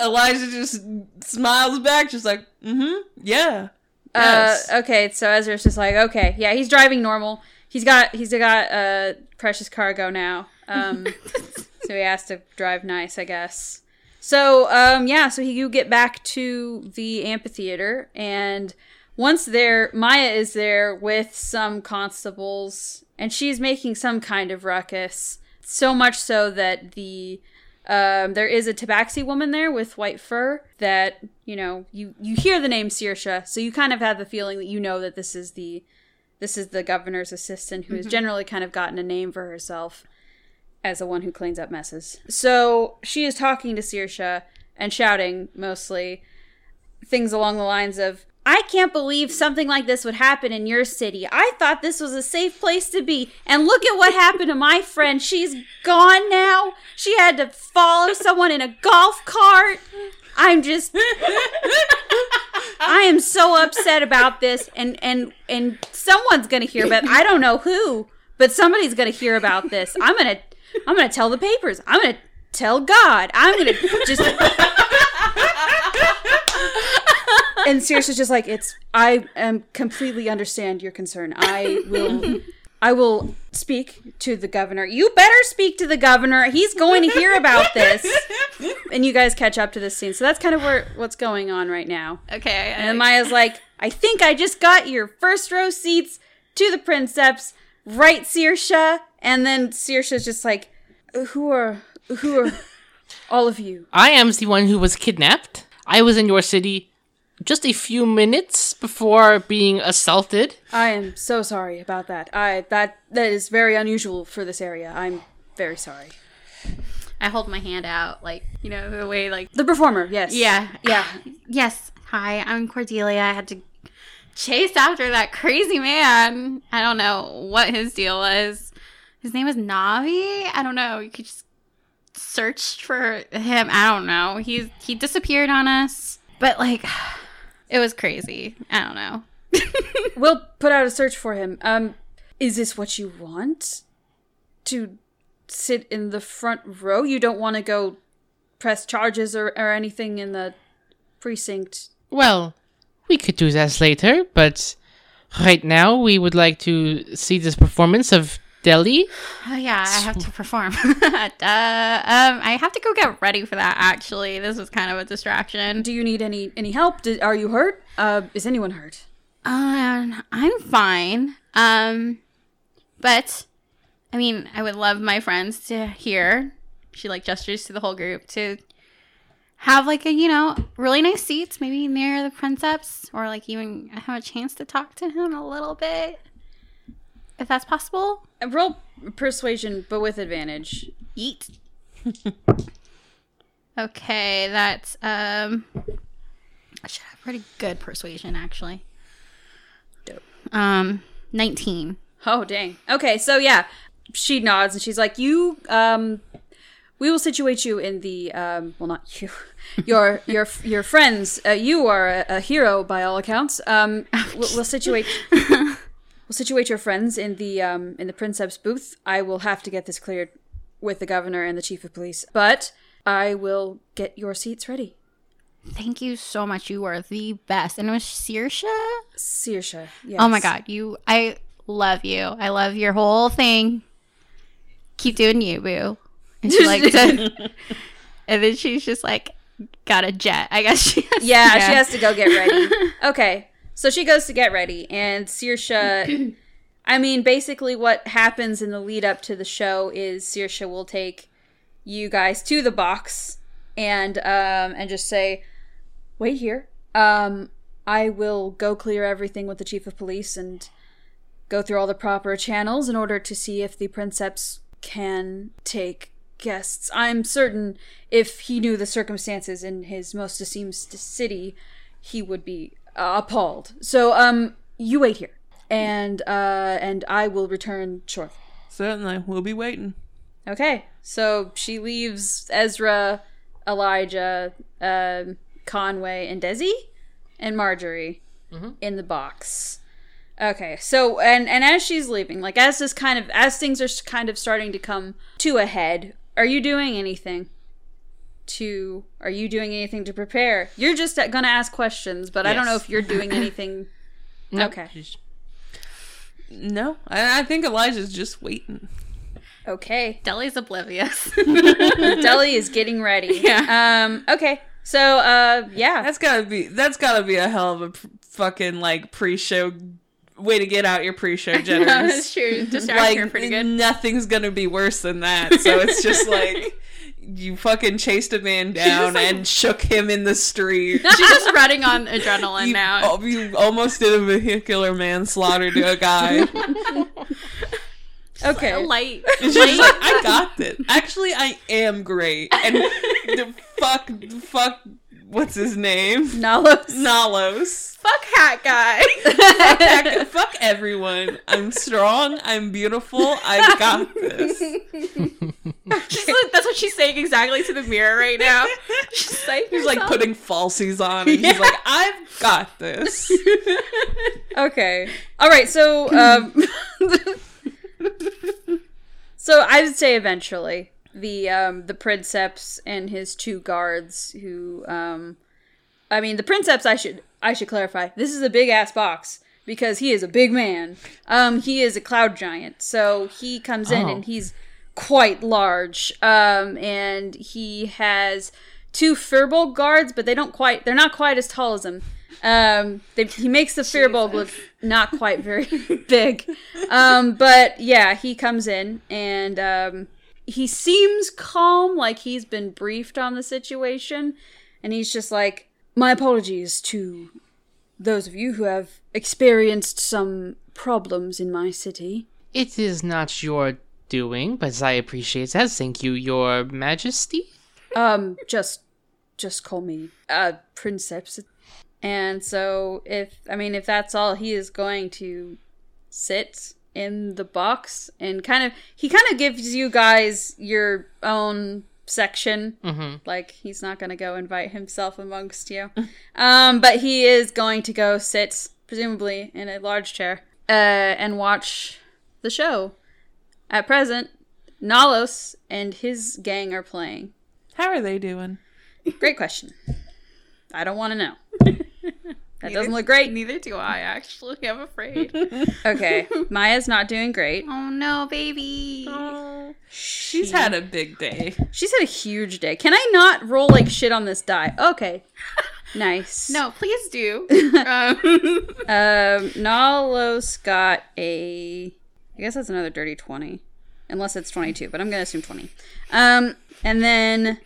[SPEAKER 5] Elijah just smiles back, just like, mm-hmm, yeah. Yes.
[SPEAKER 3] Uh, okay, so Ezra's just like, okay, yeah, he's driving normal. He's got he's got uh, precious cargo now. Um, so he has to drive nice, I guess. So um, yeah, so he, you get back to the amphitheater, and once there, Maya is there with some constables, and she's making some kind of ruckus. So much so that the um, there is a tabaxi woman there with white fur that, you know, you, you hear the name Sirsha, so you kind of have the feeling that you know that this is the this is the governor's assistant who has generally kind of gotten a name for herself as the one who cleans up messes. So she is talking to Sirsha and shouting mostly things along the lines of I can't believe something like this would happen in your city. I thought this was a safe place to be. And look at what happened to my friend. She's gone now. She had to follow someone in a golf cart. I'm just I am so upset about this and and and someone's going to hear about I don't know who, but somebody's going to hear about this. I'm going to I'm going to tell the papers. I'm going to tell God. I'm going to just and Sirius is just like, it's. I am completely understand your concern. I will. I will speak to the governor. You better speak to the governor. He's going to hear about this. And you guys catch up to this scene. So that's kind of where what's going on right now.
[SPEAKER 6] Okay.
[SPEAKER 3] And Maya's like, I think I just got your first row seats to the princeps, right, Sirsha? And then Sirsha's just like, who are who are all of you?
[SPEAKER 2] I am the one who was kidnapped. I was in your city just a few minutes before being assaulted.
[SPEAKER 3] I am so sorry about that. I that that is very unusual for this area. I'm very sorry.
[SPEAKER 6] I hold my hand out, like, you know, the way, like,
[SPEAKER 3] The performer, yes.
[SPEAKER 6] yeah,
[SPEAKER 3] Yeah.
[SPEAKER 6] yes, hi, I'm Cordelia. I had to chase after that crazy man. I don't know what his deal was. His name was Navi. I don't know. You could just search for him. I don't know. He's he disappeared on us, but like, it was crazy. I don't know.
[SPEAKER 3] We'll put out a search for him. Um is this what you want? To sit in the front row? You don't want to go press charges or, or anything in the precinct.
[SPEAKER 2] Well, we could do that later, but right now we would like to see this performance of Delhi.
[SPEAKER 6] Oh yeah, I have to perform. Duh. um, I have to go get ready for that. Actually, this was kind of a distraction.
[SPEAKER 3] Do you need any any help? Did, are you hurt? Uh is anyone hurt?
[SPEAKER 6] Um, I'm fine. Um, but I mean, I would love my friends to hear. She like gestures to the whole group to have like a you know really nice seats, maybe near the princeps, or like even have a chance to talk to him a little bit, if that's possible.
[SPEAKER 3] Uh, Roll persuasion but with advantage.
[SPEAKER 6] Yeet. okay, that's um I should have pretty good persuasion actually.
[SPEAKER 3] Dope.
[SPEAKER 6] Um nineteen.
[SPEAKER 3] Oh dang. Okay, so yeah, she nods and she's like, "You, um, we will situate you in the um, well, not you, your your your friends. Uh, you are a, a hero by all accounts. Um, we'll, we'll situate We'll situate your friends in the um, in the princeps booth. I will have to get this cleared with the governor and the chief of police, but I will get your seats ready.
[SPEAKER 6] Thank you so much. You were the best. And it was Searsha?
[SPEAKER 3] Sirsha. Yes.
[SPEAKER 6] Oh my god, you I love you. I love your whole thing. Keep doing you, boo. And she like to- And then she's just like got a jet. I guess she has
[SPEAKER 3] Yeah, she has to go get ready. okay. So she goes to get ready and Sirsha I mean basically what happens in the lead up to the show is Sirsha will take you guys to the box and um and just say wait here. Um I will go clear everything with the chief of police and go through all the proper channels in order to see if the princeps can take guests. I'm certain if he knew the circumstances in his most esteemed st- city, he would be uh, appalled. So, um, you wait here, and uh, and I will return shortly.
[SPEAKER 5] Certainly, we'll be waiting.
[SPEAKER 3] Okay, so she leaves Ezra, Elijah, um, Conway, and Desi, and Marjorie
[SPEAKER 2] Mm-hmm.
[SPEAKER 3] in the box. Okay, so and and as she's leaving, like as this kind of as things are s- kind of starting to come to a head, are you doing anything? To are you doing anything to prepare? You're just uh, gonna ask questions, but I don't know
[SPEAKER 2] Yes.
[SPEAKER 3] if you're doing anything.
[SPEAKER 2] Nope,
[SPEAKER 3] Okay.
[SPEAKER 2] she's-
[SPEAKER 5] No, I, I think Elijah's just waiting.
[SPEAKER 3] Okay.
[SPEAKER 6] Deli's oblivious.
[SPEAKER 3] Deli is getting ready. Yeah. Um. Okay. So. Uh. Yeah.
[SPEAKER 5] That's gotta be that's gotta be a hell of a pr- fucking like pre-show way to get out your pre-show jitters.
[SPEAKER 6] true. Distracted
[SPEAKER 5] like
[SPEAKER 6] her pretty good.
[SPEAKER 5] nothing's gonna be worse than that. So it's just like you fucking chased a man down and shook him in the street.
[SPEAKER 6] She's just running on adrenaline
[SPEAKER 5] You,
[SPEAKER 6] now.
[SPEAKER 5] al- you almost did a vehicular manslaughter to a guy.
[SPEAKER 3] okay.
[SPEAKER 6] A light.
[SPEAKER 5] She's like, I got this. Actually, I am great. And the fuck, fuck, what's his name?
[SPEAKER 3] Nalos.
[SPEAKER 5] Nalos.
[SPEAKER 6] Fuck hat guy.
[SPEAKER 5] Heck, fuck everyone. I'm strong. I'm beautiful. I've got this.
[SPEAKER 6] She's like, that's what she's saying exactly to the mirror right now. She's like,
[SPEAKER 5] He's like putting falsies on, and he's like, I've got this.
[SPEAKER 3] Okay. All right. So. Um. so I would say eventually the um the princeps and his two guards who um I mean the princeps I should I should clarify this is a big ass box because he is a big man um he is a cloud giant so he comes in
[SPEAKER 2] Oh.
[SPEAKER 3] and he's quite large um and he has two firbolg guards but they don't quite they're not quite as tall as him um they, he makes the firbolg look not quite very big um but yeah he comes in and um he seems calm, like he's been briefed on the situation, and he's just like, My apologies to those of you who have experienced some problems in my city.
[SPEAKER 2] It is not your doing, but I appreciate that. Thank you, Your Majesty.
[SPEAKER 3] Um, just just call me uh Princeps. And so if I mean if that's all he is going to sit in the box and kind of he kind of gives you guys your own section
[SPEAKER 2] Mm-hmm.
[SPEAKER 3] like he's not going to go invite himself amongst you um but he is going to go sit presumably in a large chair uh and watch the show at present nalos and his gang are playing
[SPEAKER 5] How are they doing?
[SPEAKER 3] great question i don't want to know that doesn't look great
[SPEAKER 6] Neither do I, actually. I'm afraid.
[SPEAKER 3] okay maya's not doing great
[SPEAKER 6] oh no, baby.
[SPEAKER 5] Oh, she's had a big day.
[SPEAKER 3] she's had a huge day can i not roll like shit on this die okay nice
[SPEAKER 6] No, please do. Um,
[SPEAKER 3] Um, Nalos got a. I guess that's another dirty twenty, unless it's twenty-two. But I'm gonna assume twenty. Um, and then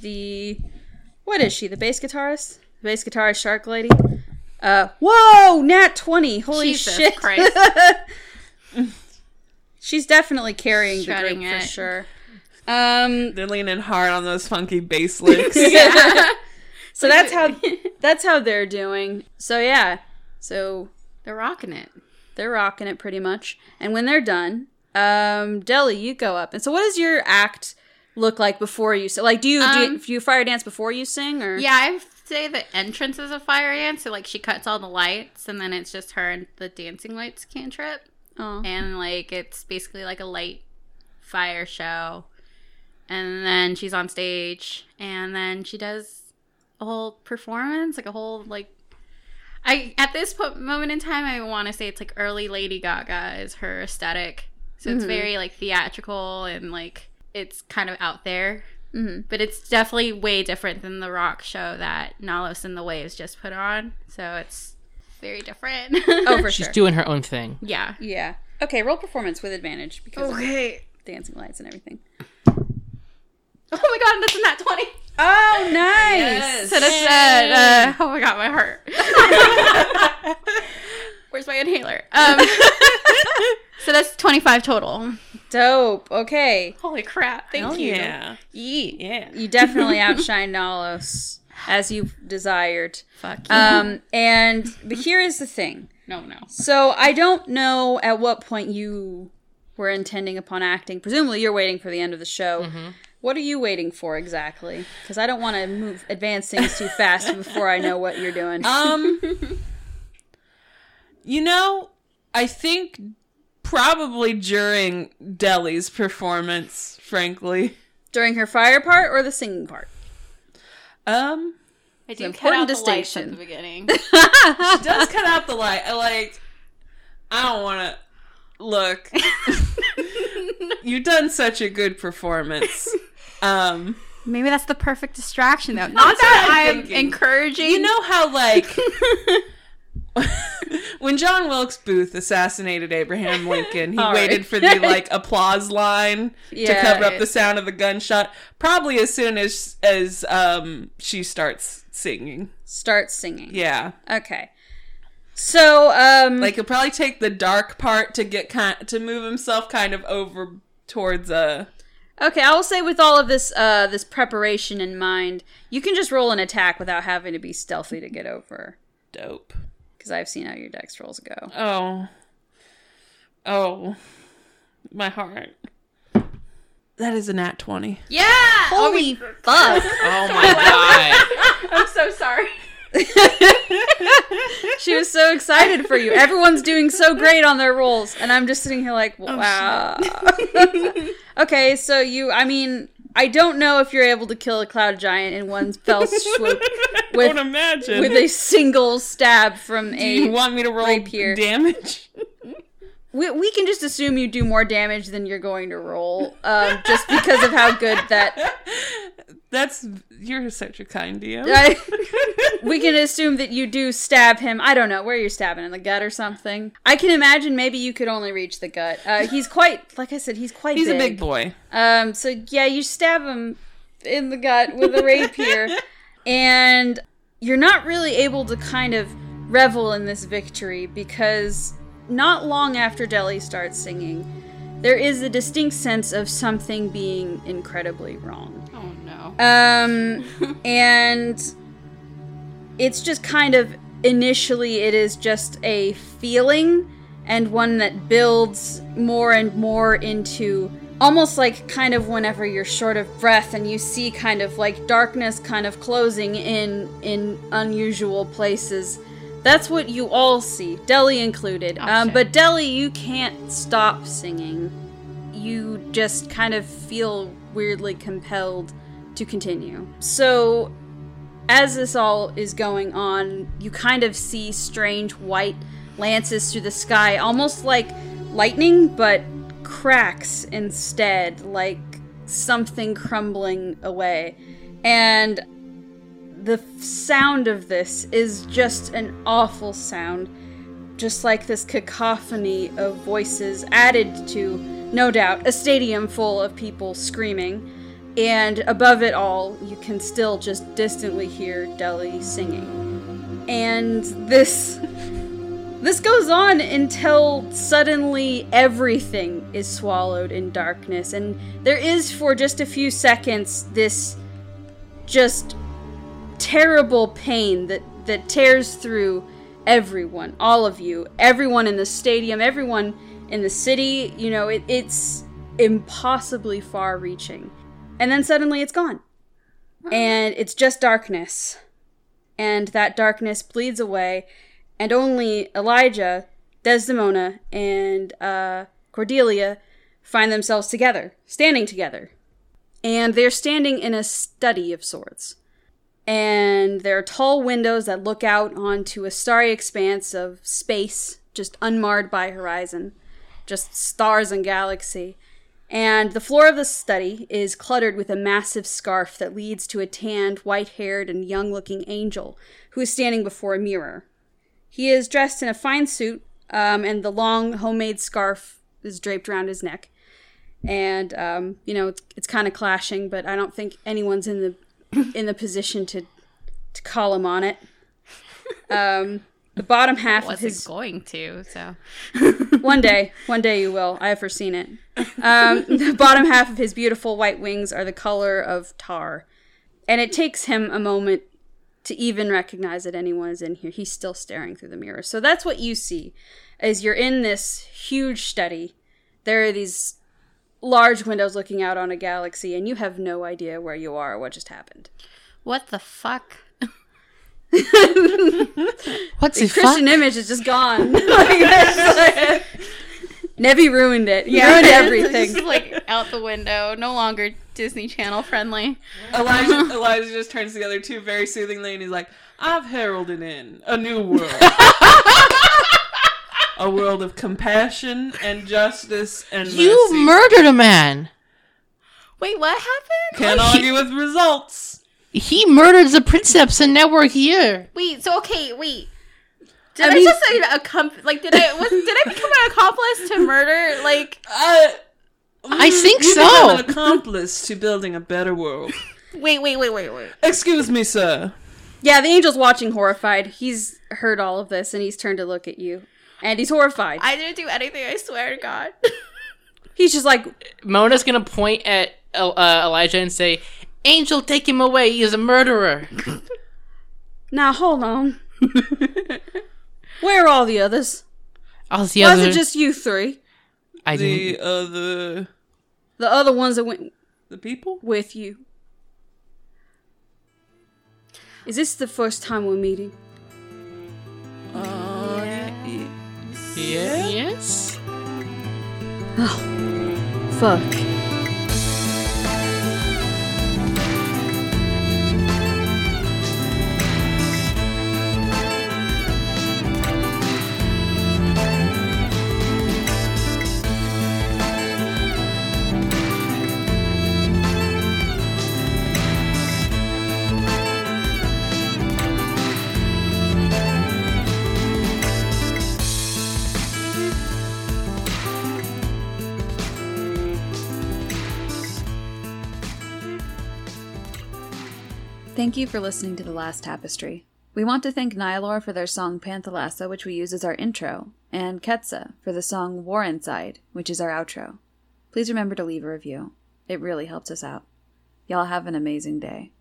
[SPEAKER 3] the what is she? The bass guitarist, the bass guitarist shark lady. Uh, whoa, nat twenty! Holy
[SPEAKER 6] Jesus
[SPEAKER 3] shit!
[SPEAKER 6] Christ.
[SPEAKER 3] She's definitely carrying
[SPEAKER 6] Shredding
[SPEAKER 3] the group
[SPEAKER 6] it.
[SPEAKER 3] for sure. Um,
[SPEAKER 5] They're leaning hard on those funky bass licks.
[SPEAKER 3] so that's how that's how they're doing. So yeah, so
[SPEAKER 6] They're rocking it.
[SPEAKER 3] they're rocking it pretty much. And when they're done, um, Deli, you go up. And so, what does your act look like before you? So, like, do you do,
[SPEAKER 6] Um,
[SPEAKER 3] you, do you fire dance before you sing, or
[SPEAKER 6] Yeah, I've say the entrance is a fire ant, so like she cuts all the lights, and then it's just her and the dancing lights cantrip,
[SPEAKER 3] Oh.
[SPEAKER 6] and like it's basically like a light fire show, and then she's on stage, and then she does a whole performance, like a whole like. I at this po- moment in time, I want to say it's like early Lady Gaga is her aesthetic, so it's
[SPEAKER 3] Mhm.
[SPEAKER 6] very like theatrical and like it's kind of out there
[SPEAKER 3] hmm
[SPEAKER 6] but it's definitely way different than the rock show that Nalos and the Waves just put on. So it's very different.
[SPEAKER 3] Oh, for
[SPEAKER 2] She's
[SPEAKER 3] sure.
[SPEAKER 2] doing her own thing.
[SPEAKER 6] yeah.
[SPEAKER 3] yeah. Okay, roll performance with advantage because of
[SPEAKER 6] Okay.
[SPEAKER 3] dancing lights and everything.
[SPEAKER 6] Oh my god, that's in that 20.
[SPEAKER 3] Oh, nice.
[SPEAKER 6] So that's that. Uh, oh my god, my heart. Where's my inhaler? Um, so that's 25 total.
[SPEAKER 3] Dope. Okay.
[SPEAKER 6] Holy crap. Thank
[SPEAKER 5] Hell
[SPEAKER 6] you.
[SPEAKER 5] yeah. Yeah.
[SPEAKER 3] You definitely outshine Nalos as you desired.
[SPEAKER 6] Fuck you.
[SPEAKER 3] Um, and but here is the thing.
[SPEAKER 6] no, no.
[SPEAKER 3] So I don't know at what point you were intending upon acting. Presumably, you're waiting for the end of the show.
[SPEAKER 5] Mm-hmm.
[SPEAKER 3] What are you waiting for exactly? Because I don't want to move advance things too fast before I know what you're doing.
[SPEAKER 5] Um, you know, I think probably during Deli's performance, frankly.
[SPEAKER 3] During her fire part or the singing part?
[SPEAKER 5] Um,
[SPEAKER 6] I do cut
[SPEAKER 3] important
[SPEAKER 6] out the lights at
[SPEAKER 3] distinction.
[SPEAKER 6] the beginning.
[SPEAKER 5] she does cut out the light. I like, I don't want to look. You've done such a good performance. Um,
[SPEAKER 6] Maybe that's the perfect distraction, though. Not that
[SPEAKER 5] what I'm
[SPEAKER 6] I'm
[SPEAKER 5] thinking.
[SPEAKER 6] encouraging.
[SPEAKER 5] you know how like when John Wilkes Booth assassinated Abraham Lincoln, he
[SPEAKER 3] All
[SPEAKER 5] waited
[SPEAKER 3] right.
[SPEAKER 5] for the like applause line to
[SPEAKER 3] Yeah.
[SPEAKER 5] cover up the sound of the gunshot. Probably as soon as as um she starts singing.
[SPEAKER 3] Start singing.
[SPEAKER 5] Yeah,
[SPEAKER 3] Okay. So, um,
[SPEAKER 5] like he'll probably take the dark part to get kind to move himself kind of over towards a.
[SPEAKER 3] Okay, I will say with all of this uh this preparation in mind, you can just roll an attack without having to be stealthy to get over.
[SPEAKER 5] Dope.
[SPEAKER 3] Because I've seen how your dex rolls go.
[SPEAKER 5] Oh. Oh. My heart. That is a nat 20.
[SPEAKER 6] yeah.
[SPEAKER 3] Holy fuck!
[SPEAKER 2] Oh my god.
[SPEAKER 6] I'm so sorry.
[SPEAKER 3] she was so excited for you. Everyone's doing so great on their rolls, and I'm just sitting here like,
[SPEAKER 5] Oh,
[SPEAKER 3] wow. okay, so you, I mean, I don't know if you're able to kill a cloud giant in one fell swoop
[SPEAKER 5] Don't
[SPEAKER 3] with
[SPEAKER 5] imagine.
[SPEAKER 3] with a single stab from a.
[SPEAKER 5] you want me to roll
[SPEAKER 3] rapier.
[SPEAKER 5] damage?
[SPEAKER 3] We, we can just assume you do more damage than you're going to roll, um, just because of how good that.
[SPEAKER 5] That's you're such a kind DM.
[SPEAKER 3] I, we can assume that you do stab him. I don't know where you're stabbing in the gut or something. I can imagine maybe you could only reach the gut. Uh, he's quite, like I said, he's quite.
[SPEAKER 5] He's a big boy.
[SPEAKER 3] Um, so yeah, you stab him in the gut with a rapier, and you're not really able to kind of revel in this victory because not long after Deli starts singing, there is a distinct sense of something being incredibly wrong.
[SPEAKER 6] Oh no.
[SPEAKER 3] Um, and it's just kind of initially, it is just a feeling and one that builds more and more into almost like kind of whenever you're short of breath and you see kind of like darkness kind of closing in in unusual places. That's what you all see, Deli included. um,
[SPEAKER 6] shit.
[SPEAKER 3] but Deli, you can't stop singing. You just kind of feel weirdly compelled to continue. So, as this all is going on, you kind of see strange white lances through the sky, almost like lightning, but cracks instead, like something crumbling away. And the f- sound of this is just an awful sound, just like this cacophony of voices added to, no doubt, a stadium full of people screaming. And above it all, you can still just distantly hear Deli singing. And this this goes on until suddenly everything is swallowed in darkness and there is for just a few seconds this just terrible pain that that tears through everyone, all of you, everyone in the stadium, everyone in the city, you know, it, it's impossibly far reaching. And then suddenly it's gone. And it's just darkness. and that darkness bleeds away, and only Elijah, Desdemona, and uh, Cordelia find themselves together, standing together. And they're standing in a study of sorts. And there are tall windows that look out onto a starry expanse of space, just unmarred by horizon, just stars and galaxy. And the floor of the study is cluttered with a massive scarf that leads to a tanned, white haired, and young looking angel who is standing before a mirror. He is dressed in a fine suit, um, and the long homemade scarf is draped around his neck. And um, you know, it's, it's kind of clashing, but I don't think anyone's in the in the position to to call him on it. Um, the bottom half of
[SPEAKER 6] wasn't
[SPEAKER 3] his
[SPEAKER 6] going to, so
[SPEAKER 3] one day, one day you will. I have foreseen it. Um, the bottom half of his beautiful white wings are the color of tar, and it takes him a moment to even recognize that anyone is in here. He's still staring through the mirror. So that's what you see, as you're in this huge study. There are these large windows looking out on a galaxy, and you have no idea where you are or what just happened.
[SPEAKER 6] what the fuck?
[SPEAKER 2] What's the fuck?
[SPEAKER 3] Christian image is just gone. like, there's like- Nevi ruined it. You ruined
[SPEAKER 6] It's
[SPEAKER 3] everything.
[SPEAKER 6] just, like out the window, no longer Disney Channel friendly.
[SPEAKER 5] Elijah, Elijah just turns to the other two very soothingly and he's like, I've heralded in a new world. a world of compassion and justice and
[SPEAKER 2] You
[SPEAKER 5] mercy.
[SPEAKER 2] murdered a man.
[SPEAKER 6] Wait, what happened?
[SPEAKER 5] Can't argue with results.
[SPEAKER 2] He murdered the princeps, and now we're here.
[SPEAKER 6] Wait, so okay, wait. Did
[SPEAKER 3] I
[SPEAKER 6] I,
[SPEAKER 3] mean-
[SPEAKER 6] just like, accom- like did I was did I become an accomplice to murder? Like
[SPEAKER 5] Uh,
[SPEAKER 2] I think
[SPEAKER 5] you
[SPEAKER 2] so.
[SPEAKER 5] become an accomplice to building a better world.
[SPEAKER 6] wait, wait, wait, wait, wait.
[SPEAKER 5] Excuse me, sir.
[SPEAKER 3] Yeah, the angel's watching horrified. He's heard all of this and he's turned to look at you. And he's horrified.
[SPEAKER 6] I didn't do anything, I swear to God.
[SPEAKER 3] he's just like,
[SPEAKER 2] Mona's gonna point at El- uh, Elijah and say, "Angel, take him away. He is a murderer."
[SPEAKER 3] now hold on. Where are all the others?
[SPEAKER 2] All the
[SPEAKER 3] Why
[SPEAKER 2] other,
[SPEAKER 3] is it just you three?
[SPEAKER 2] I
[SPEAKER 5] The
[SPEAKER 2] didn't.
[SPEAKER 5] other.
[SPEAKER 3] The other ones that went
[SPEAKER 5] The people?
[SPEAKER 3] with you. Is this the first time we're meeting?
[SPEAKER 5] Uh, yeah.
[SPEAKER 2] Yeah. Yes.
[SPEAKER 3] Fuck.
[SPEAKER 4] Thank you for listening to The Last Tapestry. We want to thank Nylor for their song Panthalassa, which we use as our intro, and Ketsa for the song War Inside, which is our outro. Please remember to leave a review. It really helps us out. Y'all have an amazing day.